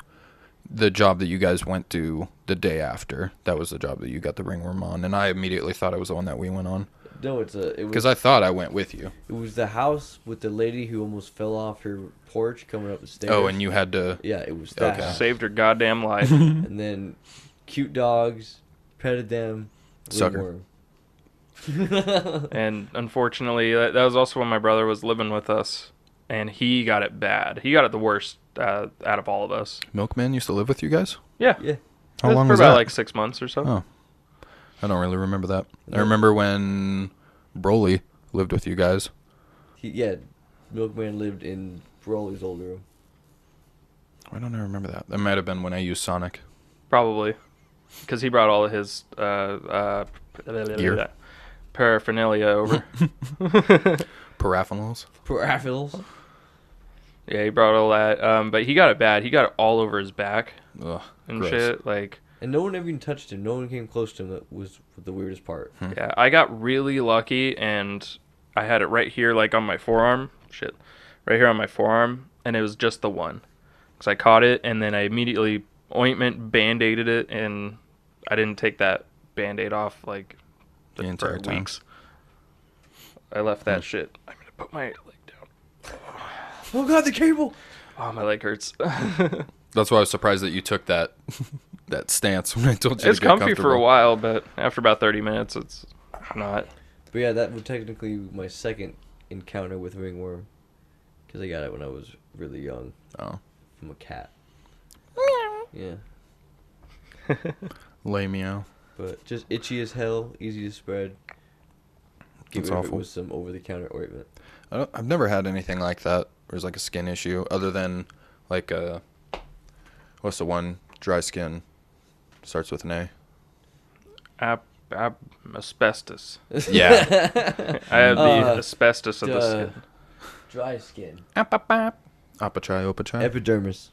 S1: the job that you guys went to the day after. That was the job that you got the ringworm on, and I immediately thought it was the one that we went on
S2: No, it's a. It was,
S1: because I thought I went with you.
S2: it was the house with the lady who almost fell off her porch coming up the stairs.
S1: Oh, and you had to.
S2: Yeah, it was that.
S1: Okay.
S2: house.
S3: Saved her goddamn life.
S2: and then cute dogs petted them.
S1: Sucker.
S2: ringworm.
S3: and unfortunately, uh, that, that was also when my brother was living with us, and he got it bad. He got it the worst uh, out of all of us.
S1: Milkman used to live with you guys.
S3: Yeah.
S2: yeah,
S1: How
S3: It
S1: long
S3: for
S1: was
S3: about
S1: that?
S3: Like six months or so.
S1: Oh. I don't really remember that. I
S2: No.
S1: remember when Broly lived with you guys.
S2: he, yeah. Milkman lived in Broly's old room.
S1: Why don't I remember that? That might have been when I used Sonic.
S3: Probably, because he brought all of his uh, uh,
S1: Gear.
S3: paraphernalia over.
S1: Paraphernalia.
S2: Paraphils.
S3: yeah, he brought all that. Um, but he got it bad. He got it all over his back
S1: Ugh,
S3: and
S1: gross.
S3: shit. Like,
S2: And no one ever even touched him. No one came close to him. That was the weirdest part.
S3: yeah, I got really lucky, and I had it right here, like on my forearm. Shit, right here on my forearm, and it was just the one, because I caught it, and then I immediately ointment band-aided it, and I didn't take that band-aid off like
S1: The
S3: for
S1: entire time. Hmm.
S3: weeks. I left that shit. I'm gonna put my leg down.
S2: Oh God, the cable!
S3: Oh, my leg hurts.
S1: That's why I was surprised that you took that that stance when I told you
S3: it's
S1: to get
S3: comfy for a
S1: comfortable.
S3: while, but after about 30 minutes, it's not.
S2: But yeah, that was technically my second encounter with ringworm, because I got it when I was really young.
S1: Oh.
S2: from a cat.
S4: Meow.
S2: Yeah.
S1: Lay meow.
S2: But just itchy as hell, easy to spread. Get
S1: That's
S2: rid of it
S1: awful.
S2: with some over the counter ointment.
S1: I don't, I've never had anything like that. There's like a skin issue other than like uh what's the one dry skin starts with an A.
S3: Ap- ap- asbestos.
S1: Yeah.
S3: I have
S2: Uh,
S3: the asbestos of the
S2: duh.
S3: skin.
S2: Dry skin.
S3: Ap- ap- ap.
S1: Opatry, opatry.
S2: Epidermis.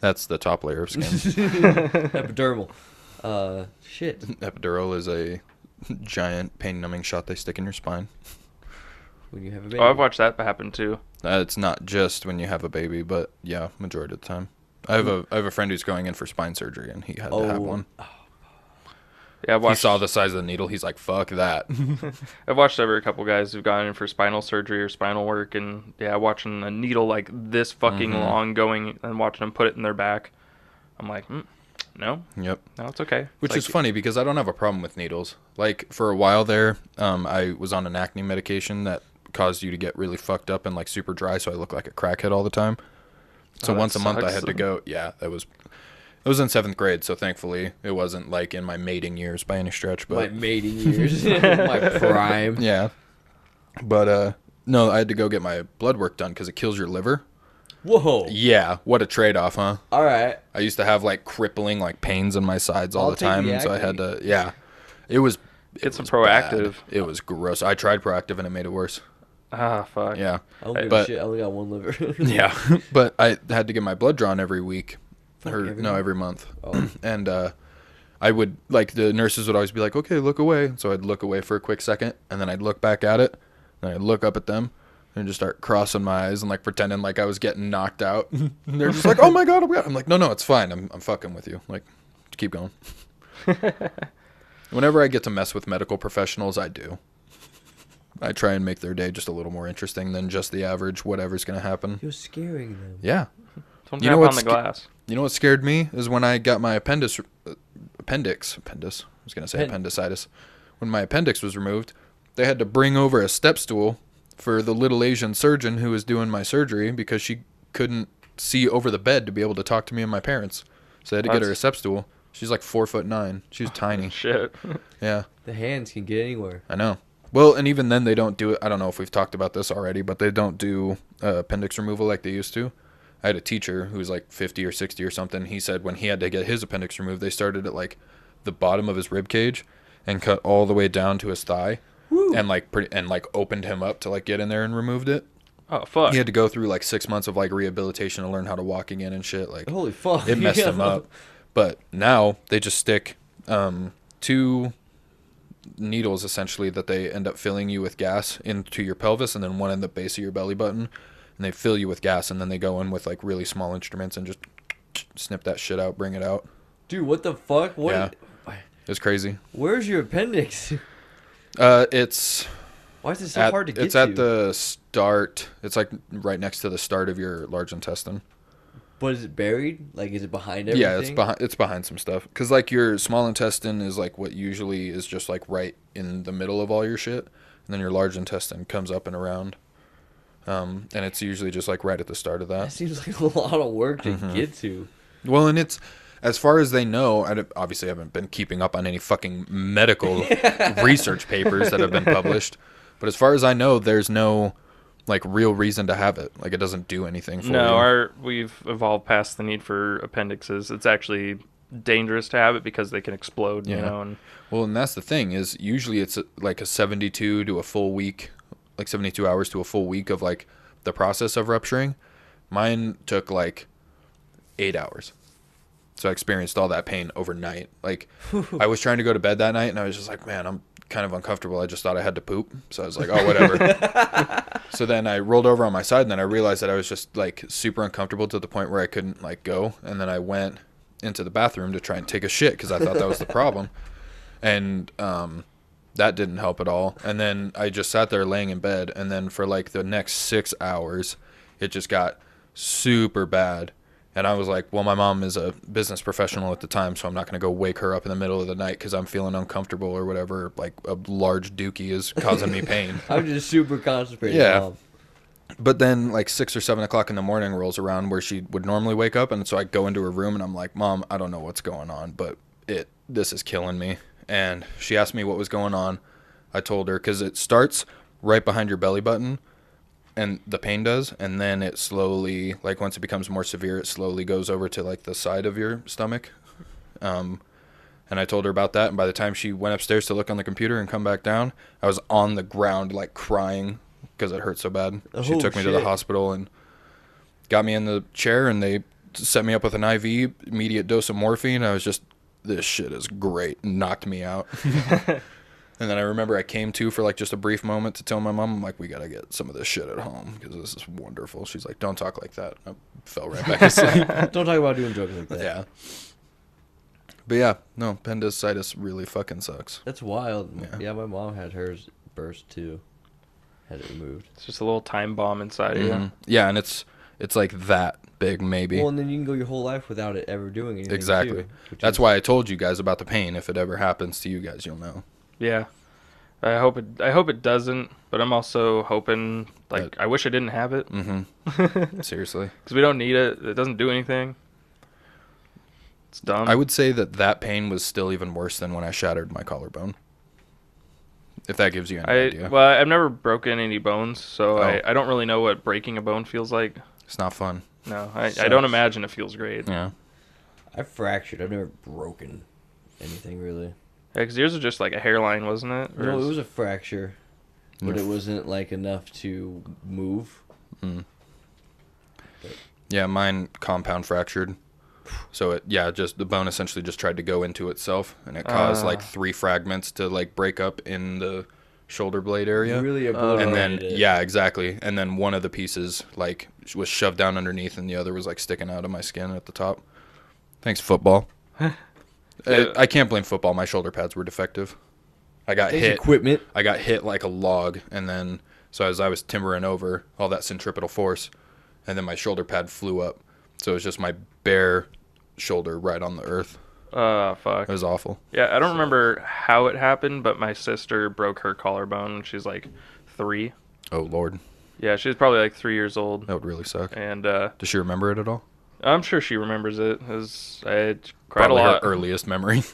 S1: That's the top layer of skin.
S2: Epidermal. Uh, shit.
S1: Epidural is a giant pain numbing shot they stick in your spine.
S2: When you have a baby.
S3: Oh, I've watched that happen too.
S1: Uh, it's not just when you have a baby, but yeah, majority of the time. I have a I have a friend who's going in for spine surgery, and he had to
S2: Oh.
S1: have one.
S3: Yeah, I've
S1: He
S3: watched.
S1: saw the size of the needle. He's like, "Fuck that."
S3: I've watched every couple guys who've gone in for spinal surgery or spinal work, and yeah, watching a needle like this fucking
S1: Mhm.
S3: long going and watching them put it in their back, I'm like, mm, no,
S1: yep.
S3: no, it's okay.
S1: Which
S3: Like,
S1: is funny because I don't have a problem with needles. Like for a while there, um, I was on an acne medication that caused you to get really fucked up and like super dry, so I look like a crackhead all the time. So
S3: Oh, that
S1: once a month, I
S3: sucks.
S1: had to go. Yeah, that was. It was in seventh grade, so thankfully it wasn't like in my mating years by any stretch. But
S2: my mating years. my prime.
S1: yeah, but uh, no, I had to go get my blood work done because it kills your liver.
S2: Whoa.
S1: Yeah, what a trade off, huh?
S2: All right.
S1: I used to have like crippling like pains in my sides all
S2: I'll
S1: the
S2: take
S1: time,
S2: the
S1: and so I had
S2: acne.
S1: to. Yeah, it was. It
S3: Get some
S1: was bad.
S3: Proactiv.
S1: It was gross. I tried proactive and it made it worse.
S3: Ah, fuck.
S1: Yeah,
S2: I don't give a
S1: But-
S2: shit. I only got one liver.
S1: yeah. but I had to get my blood drawn every week, or
S2: every
S1: no,
S2: month?
S1: every month.
S2: Oh.
S1: and uh, I would like the nurses would always be like, "Okay, look away." So I'd look away for a quick second, and then I'd look back at it, and I'd look up at them, and just start crossing my eyes and like pretending like I was getting knocked out. and they're just like, "Oh my god, oh my god!" I'm like, "No, no, it's fine. I'm I'm fucking with you. Like, just keep going." Whenever I get to mess with medical professionals, I do. I try and make their day just a little more interesting than just the average whatever's going to happen.
S2: You're scaring them.
S1: Yeah.
S3: Don't
S1: You
S3: tap
S1: know
S3: on
S1: what's
S3: the
S1: sca-
S3: glass.
S1: You know what scared me is when I got my appendix, uh, appendix, appendix. I was gonna say
S2: Pen-
S1: appendicitis. When my appendix was removed, they had to bring over a step stool for the little Asian surgeon who was doing my surgery because she couldn't see over the bed to be able to talk to me and my parents. So they had to get her a
S3: That's-
S1: step stool. She's like four foot nine. She's tiny.
S3: Shit.
S1: Yeah.
S2: The hands can get anywhere.
S1: I know. Well, and even then they don't do it. I don't know if we've talked about this already, but they don't do uh, appendix removal like they used to. I had a teacher who was like 50 or 60 or something. He said when he had to get his appendix removed, they started at like the bottom of his rib cage and cut all the way down to his thigh and like pre- and like opened him up to like get in there and removed it.
S3: Oh fuck.
S1: He had to go through like 6 months of like rehabilitation to learn how to walk again and shit like
S2: Holy fuck.
S1: it messed
S2: Yeah.
S1: them up. But now they just stick um, two needles essentially that they end up filling you with gas into your pelvis and then one in the base of your belly button and they fill you with gas and then they go in with like really small instruments and just snip that shit out, bring it out.
S2: Dude, what the fuck? What?
S1: Yeah. It's crazy.
S2: Where's your appendix?
S1: Uh, it's
S2: Why is it so
S1: at,
S2: hard to get
S1: it's
S2: to?
S1: at the start. It's like right next to the start of your large intestine.
S2: But is it buried? Like, is it behind everything?
S1: Yeah, it's behind it's behind some stuff because like your small intestine is like what usually is just like right in the middle of all your shit, and then your large intestine comes up and around, um, and it's usually just like right at the start of
S2: That
S1: that.
S2: seems like a lot of work to
S1: Mm-hmm.
S2: get to.
S1: Well, and it's as far as they know. I d- obviously haven't been keeping up on any fucking medical research papers that have been published, but as far as I know, there's no like real reason to have it. Like it doesn't do anything for you.
S3: No, our we've evolved past the need for appendixes. It's actually dangerous to have it because they can explode. You
S1: Yeah.
S3: know, and
S1: Well, and that's the thing is usually it's uh, like a 72 to a full week, like 72 hours to a full week of like the process of rupturing. Mine took like eight hours. So I experienced all that pain overnight. Like I was trying to go to bed that night and I was just like, man, I'm kind of uncomfortable. I just thought I had to poop. So I was like, oh, whatever. so then I rolled over on my side and then I realized that I was just like super uncomfortable to the point where I couldn't like go. And then I went into the bathroom to try and take a shit because I thought that was the problem. And um, that didn't help at all. And then I just sat there laying in bed. And then for like the next six hours, it just got super bad. And I was like, well, my mom is a business professional at the time, so I'm not going to go wake her up in the middle of the night because I'm feeling uncomfortable or whatever. Like a large dookie is causing me pain.
S2: I'm just super constipated.
S1: Yeah.
S2: Mom.
S1: But then like six or seven o'clock in the morning rolls around where she would normally wake up, and so I go into her room and I'm like, "Mom, I don't know what's going on, but it this is killing me." And she asked me what was going on. I told her because it starts right behind your belly button, and the pain does, and then it slowly like once it becomes more severe, it slowly goes over to like the side of your stomach. Um, and I told her about that. And by the time she went upstairs to look on the computer and come back down, I was on the ground like crying because it hurt so bad. she
S2: Oh,
S1: took me to the
S2: shit.
S1: hospital and got me in the chair, and they set me up with an IV, immediate dose of morphine. I was just, this shit is great, and knocked me out. and then I remember I came to for like just a brief moment to tell my mom, I'm like, we gotta get some of this shit at home because this is wonderful. She's like, don't talk like that. I fell right back asleep.
S2: Don't talk about doing drugs like that.
S1: Yeah. But yeah, no, appendicitis really fucking sucks.
S2: That's wild.
S1: Yeah.
S2: Yeah. my mom had hers burst too. Had it removed.
S3: It's just a little time bomb inside of
S1: Mhm.
S3: you.
S1: Yeah, and it's it's like that big maybe.
S2: Well, and then you can go your whole life without it ever doing anything.
S1: exactly.
S2: too, which
S1: That's
S2: is-
S1: why I told you guys about the pain. If it ever happens to you guys, you'll know.
S3: Yeah. I hope it. I hope it doesn't. But I'm also hoping. Like I wish I didn't have it
S1: Mm-hmm.
S3: because
S1: Seriously.
S3: we don't need it. It doesn't do anything. It's dumb.
S1: I would say that that pain was still even worse than when I shattered my collarbone. If that gives you any
S3: I
S1: idea.
S3: well, I've never broken any bones, so
S1: Oh.
S3: I, I don't really know what breaking a bone feels like.
S1: It's not fun.
S3: No, I, I
S2: Sucks.
S3: don't imagine it feels great.
S1: Yeah.
S2: I fractured. I've never broken anything really.
S3: Because yours is just like a hairline, wasn't it? Or
S2: No,
S3: is-
S2: it was a fracture, but
S1: Mm.
S2: it wasn't like enough to move.
S1: Yeah, mine compound fractured. So it yeah, just the bone essentially just tried to go into itself and it caused
S3: Ah.
S1: like three fragments to like break up in the shoulder blade area.
S3: Uh,
S2: Really obliterated
S1: and then
S2: it.
S1: yeah, exactly. And then one of the pieces like sh- was shoved down underneath and the other was like sticking out of my skin at the top. Thanks football. I, I can't blame football. My shoulder pads were defective. I got
S2: There's
S1: hit.
S2: equipment.
S1: I got hit like a log, and then so as I was timbering over all that centripetal force, and then my shoulder pad flew up, so it was just my bare shoulder right on the earth.
S3: Uh, fuck.
S1: It was awful.
S3: Yeah, I don't remember how it happened, but my sister broke her collarbone when she's like three.
S1: Oh lord,
S3: Yeah, she was probably like three years old,
S1: that would really suck.
S3: and uh,
S1: Does she remember it at all?
S3: I'm sure she remembers it. As I cried
S1: Probably
S3: a lot.
S1: her earliest memory.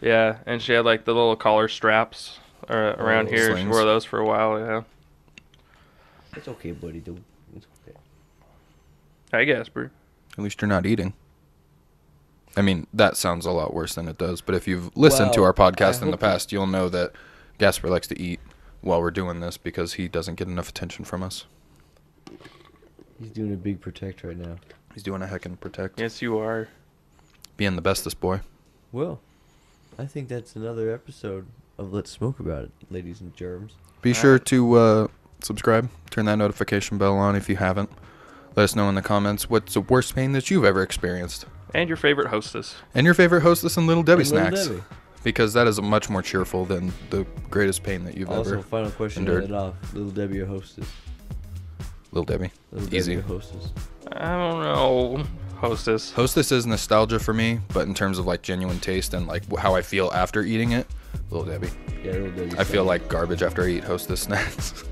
S3: Yeah, and she had like the little collar straps uh, around
S2: Oh,
S3: here. She
S1: slings.
S3: wore those for a while. Yeah,
S2: It's okay, buddy. Dude. It's okay.
S3: I guess, bro.
S1: at least you're not eating. I mean, that sounds a lot worse than it does. But if you've listened to
S2: Well,
S1: our podcast
S2: I
S1: in the
S2: hope you-
S1: past, you'll know that Gasper likes to eat while we're doing this because he doesn't get enough attention from us.
S2: He's doing a big protect right now.
S1: He's doing a heckin' protect.
S3: Yes, you are.
S1: Being the bestest boy.
S2: Well, I think that's another episode of Let's Smoke About It, ladies and germs.
S1: Be
S3: All
S1: sure
S3: right.
S1: to uh, subscribe. Turn that notification bell on if you haven't. Let us know in the comments what's the worst pain that you've ever experienced.
S3: And your favorite hostess.
S1: And your favorite hostess and Little Debbie
S2: And Little
S1: snacks.
S2: Debbie.
S1: Because that is much more cheerful than the greatest pain that you've
S2: Also,
S1: ever.
S2: final question to
S1: endured.
S2: end it off. Little Debbie, your hostess.
S1: Little Debbie.
S2: Little
S1: Easy.
S2: Debbie, your hostess.
S3: I don't know, hostess.
S1: Hostess is nostalgia for me, but in terms of like genuine taste and like wh- how I feel after eating it, Little Debbie.
S2: Yeah, Little Debbie.
S1: I feel
S2: snacks.
S1: like garbage after I eat Hostess snacks.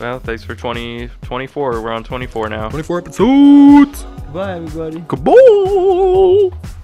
S3: Well, thanks for 20, 24. We're on 24 now.
S1: 24 episodes!
S2: Bye, everybody.
S1: Kaboom!